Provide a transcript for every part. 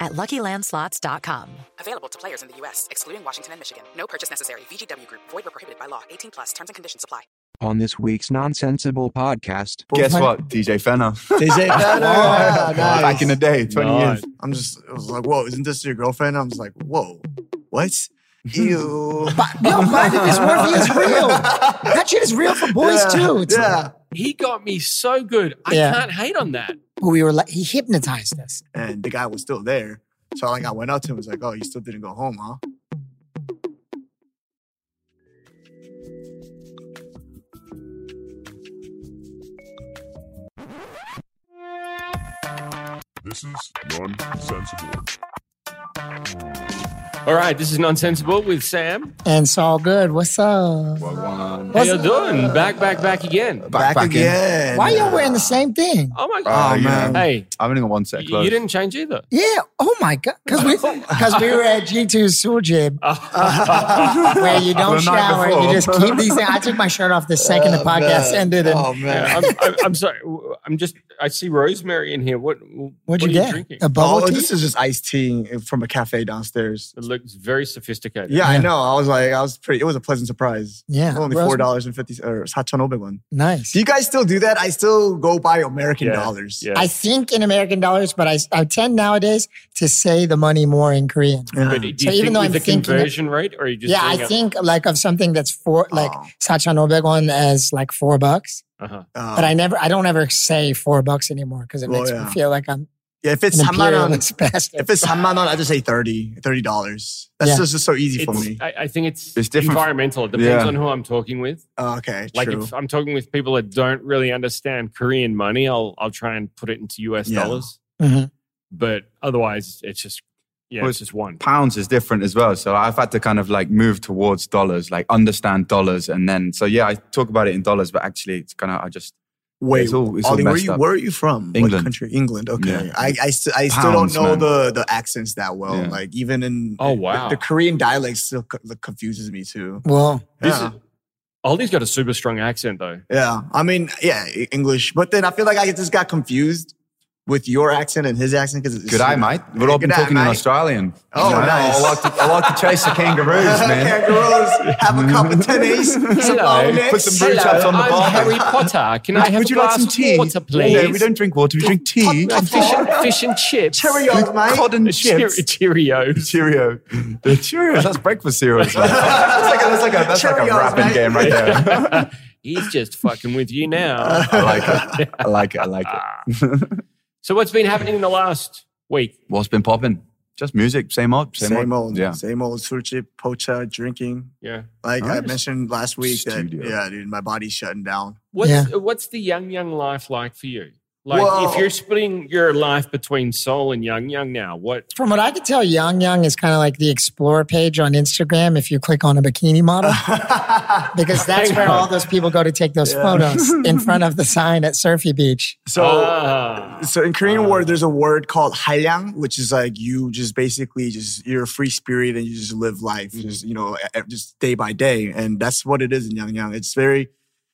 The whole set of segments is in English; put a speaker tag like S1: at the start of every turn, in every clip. S1: at luckylandslots.com.
S2: Available to players in the U.S., excluding Washington and Michigan. No purchase necessary. VGW Group, void were prohibited by law. 18 plus terms and conditions apply.
S3: on this week's nonsensible podcast.
S4: Guess what? DJ Fenner.
S5: DJ Fenner. Wow, nice.
S4: Back in the day, 20
S5: Nice.
S4: years.
S6: I'm just, I was like, whoa, isn't this your girlfriend? I was like, whoa, what? Ew.
S5: Yo, Brandon, this Murphy is real. That shit is real for boys
S6: Yeah,
S5: too. It's
S6: yeah.
S7: He got me so good. I
S5: Yeah.
S7: can't hate on that.
S5: like, we were like, he hypnotized us.
S6: and the guy was still there. So like I went up to him and was like, oh, you still didn't go home, huh?
S8: This is nonsensical.
S7: All right, this is nonsensible with Sam.
S5: And it's all good. What's up?
S7: How
S5: What's
S7: you
S5: up?
S7: doing? Back, back, back again.
S4: Back,
S6: Back again.
S5: Why y'all wearing the same thing?
S7: Oh
S6: Ah,
S7: my
S4: Oh,
S7: god!
S4: man.
S7: Hey,
S4: I'm only got one set
S7: y-
S4: close.
S7: you didn't change either.
S5: Yeah. Oh my God. Because we, because we were at G2's Sujib,
S7: Oh.
S5: where you don't
S4: The night
S5: shower. You
S4: before.
S5: just keep these things. I took my shirt off the second the podcast ended. And
S6: Oh man.
S7: I'm, I'm, I'm sorry. I'm just. I see rosemary in here. What? What'd
S5: what'd
S7: what
S5: you
S7: are
S5: get?
S7: You drinking?
S5: A
S6: Oh,
S5: bubble tea?
S6: this is just iced tea from a cafe downstairs.
S7: It looks very sophisticated.
S6: Yeah, I know. I was like, I was pretty. It was a pleasant surprise.
S5: yeah.
S6: Only
S5: roast-
S6: four dollars and fifty or Sachanobe one.
S5: Nice.
S6: Do you guys still do that? I still go by American
S7: Yeah,
S6: dollars.
S7: Yeah.
S5: I think in American dollars, but I, I tend nowadays to say the money more in Korean.
S6: Yeah.
S7: but do you
S5: So even
S7: think
S5: though
S7: with
S5: I'm
S7: the
S5: thinking-
S7: conversion rate, or are you just?
S5: yeah, I
S7: doing a-
S5: think like of something that's four, like
S6: Oh.
S5: Sachanobeg one as like four bucks,
S7: Uh-huh.
S6: Uh,
S5: but I never, I don't ever say four bucks anymore because it
S6: Well,
S5: makes me
S6: yeah.
S5: feel like I'm
S6: yeah, if it's
S5: an
S6: Hammanon,
S5: imperialist bastard.
S6: if it's Hammanon, I just say 30 dollars. That's
S5: Yeah.
S6: just, just so easy for
S7: It's,
S6: me.
S7: I, I think it's,
S4: It's different.
S7: environmental. It depends
S4: Yeah.
S7: on who I'm talking with.
S6: Oh, okay,
S7: Like
S6: true.
S7: if I'm talking with people that don't really understand Korean money, I'll I'll try and put it into US
S6: Yeah.
S7: dollars.
S5: Mhm.
S7: But otherwise, it's just yeah,
S4: Well,
S7: it's just one.
S4: Pounds is different as well. So I've had to kind of like move towards dollars, like understand dollars. And then, so yeah, I talk about it in dollars, but actually it's kind of, I just,
S6: Wait,
S4: It's all- it's all
S6: Ollie, where
S4: messed
S6: you
S4: up.
S6: where are you from? What
S4: England.
S6: country? England. Okay.
S4: Yeah.
S6: I I, st- I still don't
S4: Pounds,
S6: know
S4: man.
S6: the the accents that well.
S4: Yeah.
S6: Like even in
S7: Oh,
S6: the-
S7: wow.
S6: the, Korean dialect still co- like, confuses me too.
S5: well,
S7: This
S6: Yeah.
S7: is, Ollie's got a super strong accent though.
S6: yeah. I mean, yeah, E- English. But then I feel like I just got confused with your accent and his accent because it's
S4: good eye, mate. We're all been
S6: Good eye,
S4: talking in
S6: mate.
S4: Australian.
S6: Oh, nice.
S4: I like, to, I like to chase the kangaroos, man.
S6: Kangaroos, have a cup of tennis, some Rolex.
S4: Put some brew chops on the
S7: I'm
S4: bar.
S7: Harry Potter. Can I have a
S4: Would you like
S7: glass
S4: some tea?
S7: of water, please?
S4: No, we don't drink water. We drink tea.
S7: Uh, fish, fish and chips.
S6: Cheerios, mate.
S4: Cod and
S7: Cheer-
S4: chips.
S7: Cheerios.
S4: Cheerio. The Cheerios. That's breakfast cereal. That's like a, that's like a, that's like a
S6: Cheerios,
S4: rapping
S6: mate.
S4: game right there.
S7: He's just fucking with you now. Ah.
S4: I like it. I like it. I like it.
S7: So what's been happening in the last week?
S4: What's been popping? Just music. Same old.
S6: Same, old,
S4: Yeah.
S6: same old surchip, pocha, drinking.
S7: Yeah.
S6: Like I
S4: Nice.
S6: mentioned last week, that,
S4: Studio.
S6: yeah, dude, my body's shutting down.
S7: What's
S5: Yeah.
S7: what's the young young life like for you? Like
S6: Well-
S7: if you're splitting your life between soul and young young now, what?
S5: from what I could tell, Yang Yang is kind of like the explore page on Instagram if you click on a bikini model,
S6: Ah.
S5: because that's where all those people go to take those photos in front of the sign at Surfy Beach.
S6: So, uh,
S7: Ah.
S6: so in Korean
S4: Uh.
S6: war, there's a word called halyang, which is like you just basically just you're a free spirit and you just live life,
S4: Mm-hmm.
S6: just you know, e- e- just day by day, and that's what it is in Yangyang. It's very,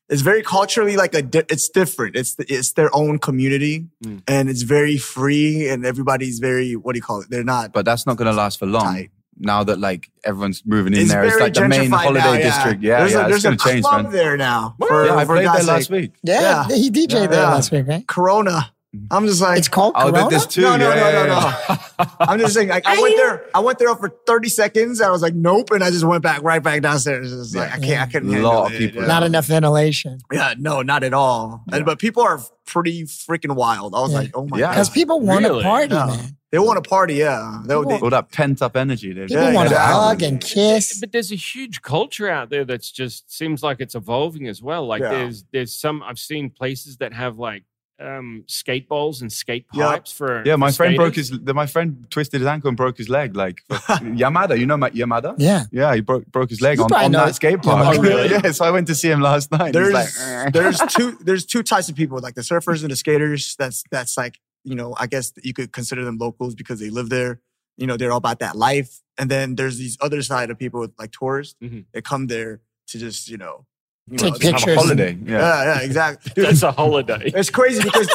S6: it's very culturally like a, di- it's different. It's it's their own community,
S7: Mm.
S6: and it's very free, and everybody's very what do you call it? They're not.
S4: But that's not going to last for long.
S6: Tight.
S4: Now that like everyone's moving in
S6: it's
S4: there,
S6: very
S4: it's like the main
S6: gentrified
S4: holiday
S6: now,
S4: district. Yeah,
S6: there's
S4: yeah.
S6: a, there's
S4: it's
S6: a
S4: going to change,
S6: club
S4: man.
S6: there now.
S4: yeah, I
S6: for
S4: played there
S6: guys
S4: last
S6: like
S4: week.
S5: Yeah,
S6: Yeah.
S5: he DJ'd there
S6: Yeah.
S5: last week, right?
S6: Corona.
S4: Mm-hmm.
S6: I'm just like
S5: It's called
S4: Oh,
S5: Corona.
S4: but there's two.
S6: No, no,
S4: yeah,
S6: no, no,
S4: yeah, yeah.
S6: no. I'm just saying, like, I went there. I went there for 30 seconds. And I was like, nope, and I just went back right back downstairs. It's just like I can't, I couldn't.
S4: Yeah.
S6: handle
S4: Lot of
S6: it.
S4: people.
S6: Yeah.
S5: Not enough ventilation.
S6: Yeah, no, not at all. And, but people are pretty freaking wild. I was
S5: Yeah.
S6: like, oh my
S4: Yeah.
S5: Because
S6: god,
S5: people want
S7: Really?
S5: to party,
S6: Yeah.
S5: man.
S6: they want to party. Yeah, they, they,
S4: All that pent up energy. dude.
S5: People
S6: Yeah,
S5: want to
S6: exactly.
S5: hug and kiss.
S7: But there's a huge culture out there that's just seems like it's evolving as well. Like
S6: Yeah.
S7: there's there's some I've seen places that have like um, skate balls and skate
S6: Yeah.
S7: pipes for
S4: Yeah, my
S7: for
S4: friend broke
S7: skaters?
S4: his. the- My friend twisted his ankle and broke his leg. Like Yamada, you know my Yamada.
S5: Yeah.
S4: Yeah, he broke broke his leg
S5: You
S4: on,
S5: probably
S4: on
S5: know
S4: that skate
S5: Yamada.
S4: park.
S5: Oh, really?
S4: Yeah, so I went to see him last night.
S6: there's
S4: He's like, "Eh."
S6: there's two there's two types of people like the surfers and the skaters. That's that's like you know I guess you could consider them locals because they live there. You know they're all about that life. And then there's these other side of people like tourists
S4: Mm-hmm.
S7: Mhm.
S6: that come there to just you know you
S5: Take
S6: know,
S4: Have
S5: pictures.
S4: a holiday. Yeah.
S6: Yeah, yeah, exactly. Dude,
S7: That's a holiday.
S6: it's crazy because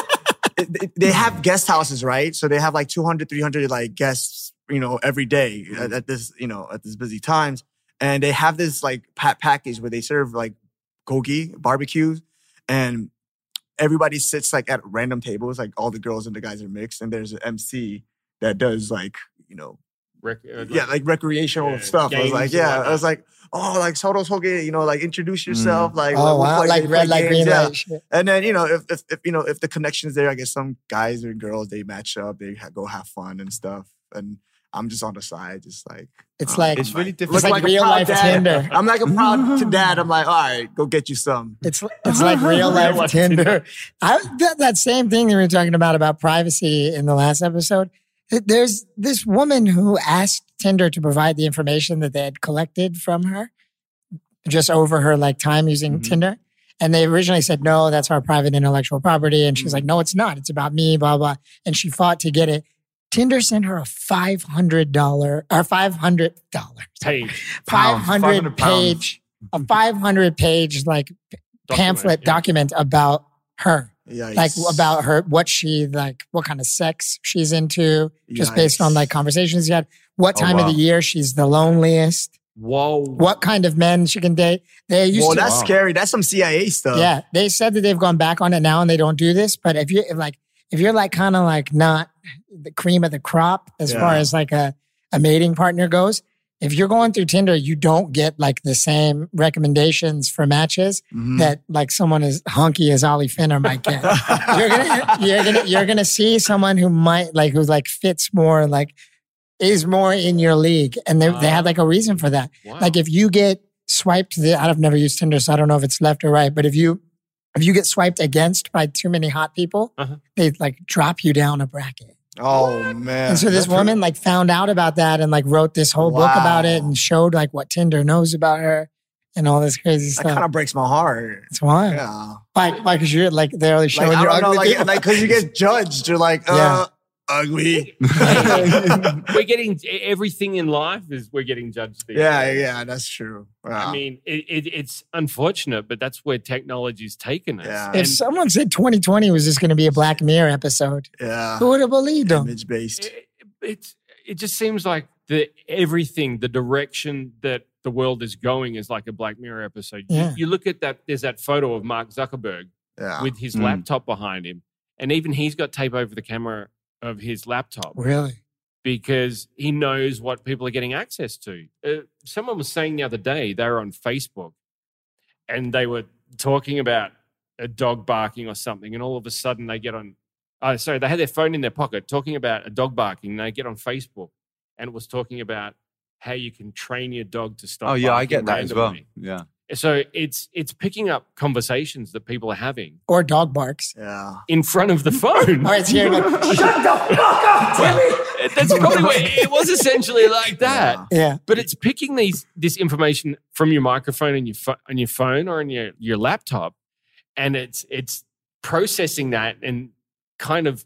S6: it- it- they have guest houses, right? So they have like 200, 300 like guests, you know, every day
S7: Mm-hmm.
S6: at, at this, you know, at this busy times. And they have this like pa- package where they serve like gogi barbecues and everybody sits like at random tables. Like all the girls and the guys are mixed. And there's an MC that does like, you know,
S7: Rec- uh,
S6: yeah, like recreational
S7: Yeah,
S6: stuff. I was
S7: games
S6: like,
S7: and
S6: yeah, I
S7: whatnot.
S6: was like, oh, like Soto Soge, you know, like introduce yourself.
S7: Mm-hmm.
S6: Like,
S5: Oh
S6: we'll
S5: wow!
S6: play-
S5: Like
S6: they
S5: red,
S6: play
S5: like
S6: games,
S5: green,
S6: yeah.
S5: light. shit.
S6: And then you know, if, if if you know if the connection's there, I guess some guys or girls they match up, they ha- go have fun and stuff. And I'm just on the side, just like
S5: It's
S6: uh,
S5: like
S4: It's really
S5: it's
S4: different.
S5: like,
S6: like a
S5: real
S6: proud
S5: life
S6: dad.
S5: Tinder.
S6: I'm like a proud to dad. I'm like, all right, go get you some.
S5: It's it's like real life
S7: life
S5: Tinder.
S7: Tinder.
S5: I, that, that same thing that we were talking about about privacy in the last episode. th- There's this woman who asked Tinder to provide the information that they had collected from her, just over her like time using
S4: Mhm.
S5: Tinder. And they originally said, no, that's our private intellectual property. And she's like,
S4: Mm-hmm.
S5: no, it's not. It's about me, blah, blah. And she fought to get it. Tinder sent her a $500 or $500.
S7: page
S5: 500
S4: 500 pounds.
S5: page a 500 page like pamphlet
S7: document, yeah.
S5: document about her
S6: Yikes.
S5: like about her what she like what kind of sex she's into just based on like
S6: Yikes.
S5: conversations she had what
S4: Oh,
S5: time of
S4: wow.
S5: the year she's the loneliest
S7: Whoa.
S5: what kind of men she can date they used
S6: Well,
S5: to
S6: that's scary. That's some CIA stuff.
S5: yeah they said that they've gone back on it now and they don't do this but if you if, like if you're like kind of like not the cream of the crop as
S6: Yeah.
S5: far as like a, a mating partner goes if you're going through tinder you don't get like the same recommendations for matches
S6: Mhm.
S5: that like someone as hunky as ollie finner might get you're gonna you're gonna you're gonna see someone who might like who like fits more like is more in your league and they, they had
S6: Ah.
S5: like a reason for that
S7: Wow.
S5: like if you get swiped, the, I've never used Tinder, so I don't know if it's left or right. But if you if you get swiped against by too many hot people,
S7: Uh-huh.
S5: they like drop you down a bracket.
S6: oh man.
S5: and so this
S6: That's-
S5: woman like found out about that and like wrote this whole book about it
S6: Wow.
S5: and showed like what Tinder knows about her and all this crazy
S6: that
S5: stuff.
S6: kind of breaks my heart.
S5: it's wild.
S6: Yeah.
S5: Why? Why? Because you're like they're like showing
S6: Like, I
S5: your
S6: don't know,
S5: ugly.
S6: like,
S5: people.
S6: like, cause you get judged. You're like,
S5: Yeah.
S6: uh, ugly.
S7: we're getting e, everything in life is we're getting judged. these
S6: Yeah,
S7: days.
S6: yeah, that's true. Wow.
S7: I mean, it, it, it's unfortunate, but that's where technology's taken us.
S6: Yeah.
S5: if
S7: And
S5: someone said 2020 was just going to be a Black Mirror episode,
S6: yeah,
S5: who would have believed them?
S6: image based.
S7: it, it's- it just seems like the everything, the direction that the world is going is like a Black Mirror episode. You-
S5: Yeah.
S7: You, look at that, there's that photo of Mark Zuckerberg
S6: Yeah,
S7: with his
S4: Mm.
S7: laptop behind him. And even he's got tape over the camera of his laptop.
S5: Really?
S7: because he knows what people are getting access to. Uh, someone was saying the other day they were on Facebook and they were talking about a dog barking or something, and all of a sudden they get on. Oh, sorry, they had their phone in their pocket talking about a dog barking. And they get on Facebook and it was talking about how you can train your dog to stop.
S4: Oh yeah, I
S7: barking
S4: get that as well.
S7: randomly.
S4: Yeah.
S7: So it's it's picking up conversations that people are having
S5: Or dog barks?
S6: yeah.
S7: in front of the phone.
S5: Or it's here like
S7: That's probably what it was essentially like that.
S5: yeah.
S7: But it's picking these this information from your microphone and your pho- on your phone or on your, your laptop, and it's it's processing that and kind of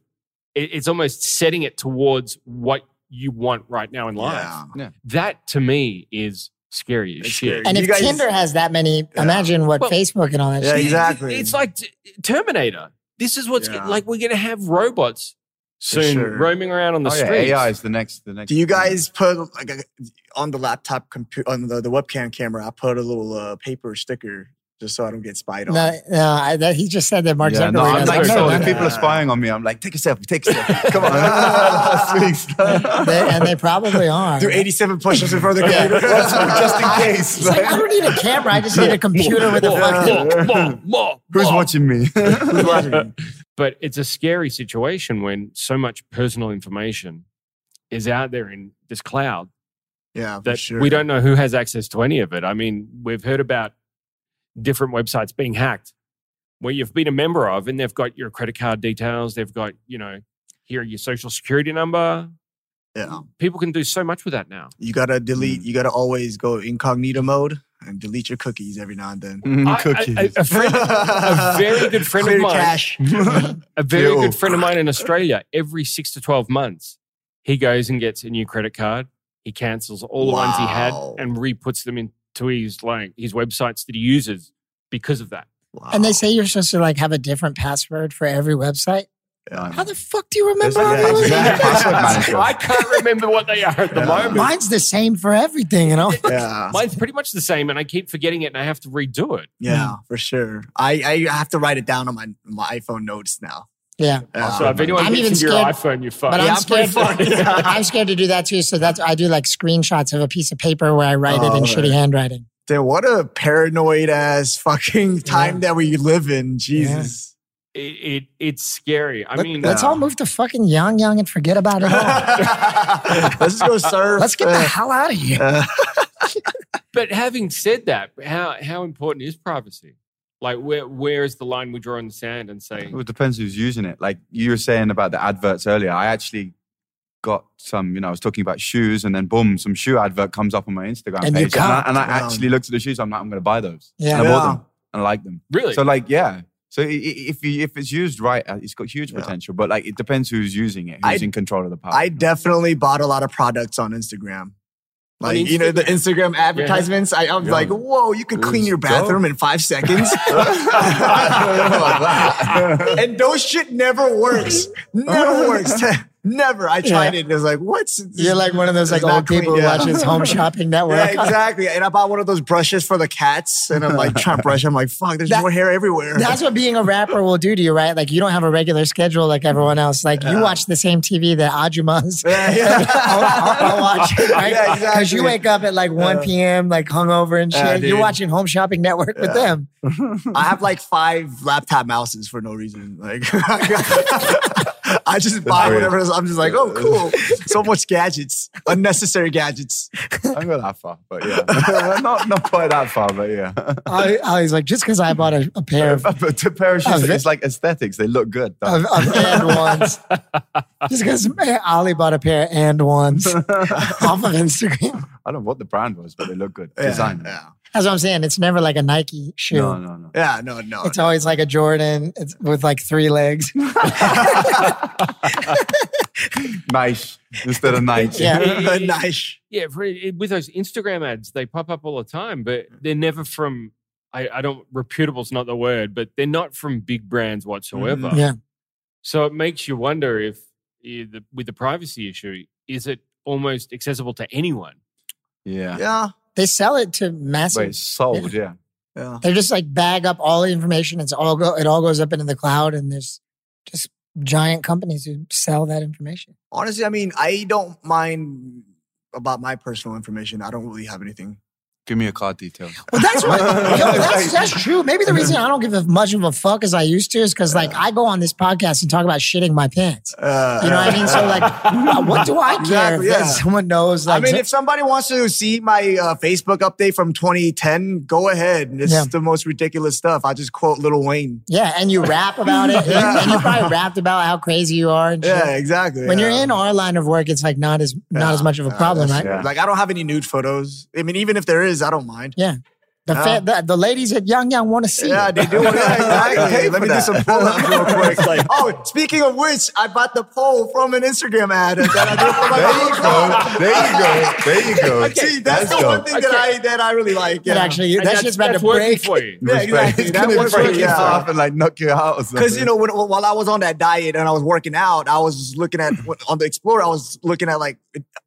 S7: it, it's almost setting it towards what you want right now in life.
S6: Yeah.
S7: That to me is scary as
S6: It's
S7: shit.
S6: scary.
S5: And
S6: You
S5: if
S6: guys-
S5: Tinder has that many,
S6: Yeah.
S5: imagine what
S7: Well-
S5: Facebook and all that
S6: Yeah,
S5: shit.
S7: It-
S6: exactly.
S7: It's like t- Terminator. This is what's
S6: Yeah.
S7: like we're gonna have robots soon
S6: sure.
S7: roaming around on the
S4: oh yeah,
S7: streets.
S4: AI is the next the next.
S6: Do you guys put like a, on the laptop computer on the, the webcam camera? I put a little uh, paper sticker just so I don't get spied on.
S5: No, no I, that, he just said that Mark
S4: yeah,
S5: Zuckerberg.
S4: no,
S5: I
S4: I'm
S5: was
S4: like,
S5: like,
S4: so
S6: no,
S5: no,
S4: if
S5: no,
S6: no.
S4: people are spying on me, I'm like, take a selfie, take a selfie. Come on. Last week's
S5: no.
S4: stuff.
S5: They- and they probably are.
S6: Do 87 push-ups in front of the
S4: Yeah,
S6: computer
S4: just- just in case.
S5: It's like, I don't need a camera. I just need a computer with a
S7: Whoa,
S5: fucking.
S7: whoa, whoa, whoa,
S4: Who's
S7: whoa.
S4: watching me? Mm-hmm.
S6: Who's watching?
S7: but it's a scary situation when so much personal information is out there in this cloud
S6: Yeah, for
S7: that
S6: sure.
S7: we don't know who has access to any of it. I mean, we've heard about different websites being hacked where you've been a member of, and they've got your credit card details, they've got you know here your social security number.
S6: Yeah.
S7: People can do so much with that now.
S6: You gotta
S7: Mm.
S6: delete. You gotta always go incognito mode and delete your cookies every now and then.
S4: Mm,
S7: I- I-
S4: cookies.
S7: a- a friend- a very good friend of
S6: Clear
S7: mine-
S6: Cash.
S7: A very
S6: Ew.
S7: good friend of mine in Australia, every six to 12 months, he goes and gets a new credit card. He cancels all the ones he had
S6: Wow.
S7: and re-puts them into his like his websites that he uses because of that.
S5: And they say you're supposed to like have a different password for every website. How the fuck do you remember
S4: There's
S5: all
S4: like
S5: those?
S4: an exact password manager.
S7: I can't remember what they are at the
S6: Yeah.
S7: moment.
S5: Mine's the same for everything, you know.
S6: yeah.
S7: Mine's pretty much the same, and I keep forgetting it, and I have to redo
S5: Mm.
S7: it.
S6: Yeah, for sure. I, I have to write it down on my, my iPhone notes now. Um,
S5: Yeah,
S6: Yeah.
S7: So if anyone
S5: I'm
S7: gets
S5: even
S7: into your
S5: scared,
S7: iPhone, you fuck.
S5: but Oh, I'm
S6: pretty
S5: scared.
S6: funny.
S5: I'm scared to do that too. So that's I do like screenshots of a piece of paper where I write it
S6: Oh,
S5: in
S6: right.
S5: shitty handwriting.
S6: Dude, what a paranoid ass fucking time
S5: Yeah.
S6: that we live in. Jesus.
S7: it, it it's scary. I
S6: Look,
S7: mean,
S5: Let's all move to fucking Yang Yang and forget about it all.
S6: Let's just go surf.
S5: Let's get the hell out of here.
S6: uh,
S7: But having said that, how how important is privacy? Like where where is the line we draw in the sand and say
S4: Well, it depends who's using it. Like you were saying about the adverts earlier, I actually got some, you know, I was talking about shoes and then boom, some shoe advert comes up on my Instagram
S5: And you
S4: page. And I,
S5: can't.
S4: and I
S6: Wow.
S4: actually looked at the shoes. I'm like, I'm going to buy those.
S5: Yeah.
S4: And I bought
S6: Yeah.
S4: them and I like them.
S7: really?
S4: So like, yeah. So i- i- if you, if it's used right, uh, it's got huge
S6: Yeah.
S4: potential. But like, it depends who's using it,
S6: I-
S4: who's in control of the power.
S6: I definitely bought a lot of products on Instagram. Like, you know, the Instagram advertisements. I, I'm
S4: Yeah.
S6: like, whoa, you can clean
S4: Let's
S6: your bathroom
S4: go.
S6: in five seconds. and those shit never works. Never works. never. I tried
S5: Yeah.
S6: it and it's like, what's
S5: You're like one of those like
S6: It's not
S5: old people
S6: clean,
S5: who
S6: yeah.
S5: watches Home Shopping Network.
S6: Yeah, exactly. And I bought one of those brushes for the cats, and I'm like trying to brush. I'm like, fuck, there's
S5: That-
S6: more hair everywhere.
S5: That's what being a rapper will do to you, right? Like you don't have a regular schedule like everyone else. Like you watch the same TV that Ajuma's.
S6: Yeah, yeah.
S5: I'll, I'll- I'll watch it, right?
S6: Yeah,
S5: Because you
S6: exactly.
S5: wake up at like 1 p.m., like hungover and shit.
S6: Yeah,
S5: You're
S6: dude.
S5: watching Home Shopping Network with them.
S6: I have like five laptop mouses for no reason. Like, I just buy
S4: weird.
S6: whatever. it is. I'm just like, oh, cool. So much gadgets, unnecessary gadgets.
S4: I'm not that far, but yeah, not not quite that far, but yeah.
S5: I, I was like, just because I bought a, a pair of,
S4: but to pair of shoes,
S5: Of it.
S4: it's like aesthetics. They look good.
S5: of,
S4: don't
S5: of and ones, just because Ali bought a pair of and ones off of Instagram.
S4: I don't know what the brand was, but they look good.
S6: Yeah,
S4: Design.
S6: Yeah.
S5: That's what I'm saying. It's never like a Nike shoe.
S4: No, no, no.
S6: Yeah. No. No.
S5: It's always like a Jordan it's with like three legs.
S4: Nice instead of nice.
S5: Yeah.
S6: nice.
S7: yeah, for, it- with those Instagram ads, they pop up all the time, but they're never from. I, I don't reputable's not the word, but they're not from big brands whatsoever.
S5: Mhm. Yeah.
S7: So it makes you wonder if, eh, the- with the privacy issue, is it almost accessible to anyone?
S4: Yeah.
S6: Yeah.
S5: They sell it to
S4: But
S5: massive.
S4: it's sold, yeah.
S6: Yeah.
S5: They just like bag up all the information. It's all go. It all goes up into the cloud, and there's just giant companies who sell that information.
S6: Honestly, I mean, I don't mind about my personal information. I don't really have anything.
S4: Give me your card details.
S5: Well, that's what. yo, that's, that's true. Maybe the reason I don't give as much of a fuck as I used to is because like I go on this podcast and talk about shitting my pants.
S6: Uh,
S5: You know what I mean? So like, what do I care
S6: Exactly,
S5: if
S6: yeah.
S5: someone knows?
S6: I
S5: Like,
S6: mean, if somebody wants to see my uh, Facebook update from 2010, go ahead. It's
S5: Yeah.
S6: the most ridiculous stuff. I just quote Little Wayne.
S5: yeah, and you rap about it,
S6: Yeah.
S5: and you probably rapped about how crazy you are and shit.
S6: Yeah, exactly.
S5: When
S6: yeah.
S5: you're in our line of work, it's like not as not
S6: Yeah,
S5: as much of a
S6: yeah,
S5: problem,
S6: that's
S5: right?
S6: true. Like I don't have any nude photos. I mean, even if there is, I don't mind.
S5: The,
S6: Yeah.
S5: fa- the the ladies at Young Young want to see.
S6: Yeah,
S5: it.
S6: they do. Yeah, exactly.
S4: Pay
S6: Let
S4: for
S6: me
S4: that.
S6: do some pull ups real quick. oh, speaking of which, I bought the poll from an Instagram ad that I did for my
S4: There you go. There you go. There you go.
S6: See, that's
S4: Let's
S6: the
S4: go.
S6: one thing that I that I really like.
S5: But
S6: Yeah.
S5: actually,
S7: And
S5: that's, just about to
S7: that's working
S5: break.
S7: for you.
S6: Yeah, exactly.
S4: It's
S6: That
S4: gonna
S6: works
S4: break
S6: really
S4: your
S6: well.
S4: heart and like knock you out or something.
S6: Because you know, when, while I was on that diet and I was working out, I was looking at on the Explorer. I was looking at like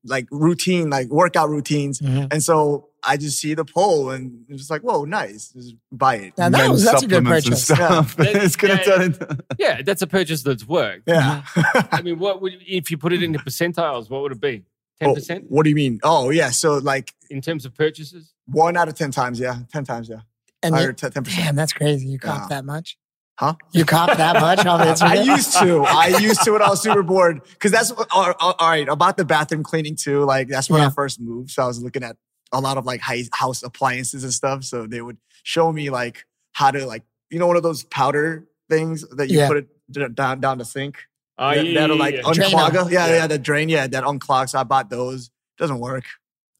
S6: like routine, like workout routines,
S5: Mhm.
S6: and so I just see the poll and it's just like, whoa, nice, just buy it.
S5: Now that
S4: Men's
S5: was that's a good
S4: supplements and
S5: purchase.
S4: stuff.
S7: Yeah.
S4: it's gonna
S7: Yeah.
S4: turn into.
S7: Yeah, that's a purchase that's worked.
S6: Yeah.
S5: Mm-hmm.
S7: I mean, what would if you put it into percentiles? What would it be? Ten
S6: Oh,
S7: percent
S6: what do you mean? Oh yeah, so like
S7: in terms of purchases.
S6: one out of ten times, yeah, ten times, yeah,
S5: And
S6: or
S5: you,
S6: ten percent.
S5: damn, that's crazy. You cop
S6: Yeah.
S5: that much?
S6: Huh?
S5: You cop that much on the
S6: I
S5: internet?
S6: used to. I used to when I was super bored. Because that's what- all, all- all right about the bathroom cleaning too. Like that's when
S5: Yeah.
S6: I first moved, so I was looking at a lot of like high house appliances and stuff. So they would show me like how to like you know, one of those powder things that you
S5: Yeah.
S6: put it d- down down the sink.
S7: Oh,
S6: that,
S7: yeah,
S6: that'll
S7: yeah,
S6: like
S7: yeah.
S5: Drain
S6: unclog.
S5: up.
S6: it. Yeah, yeah,
S7: Yeah.
S6: the drain. Yeah, that unclogs. I bought those. Doesn't work.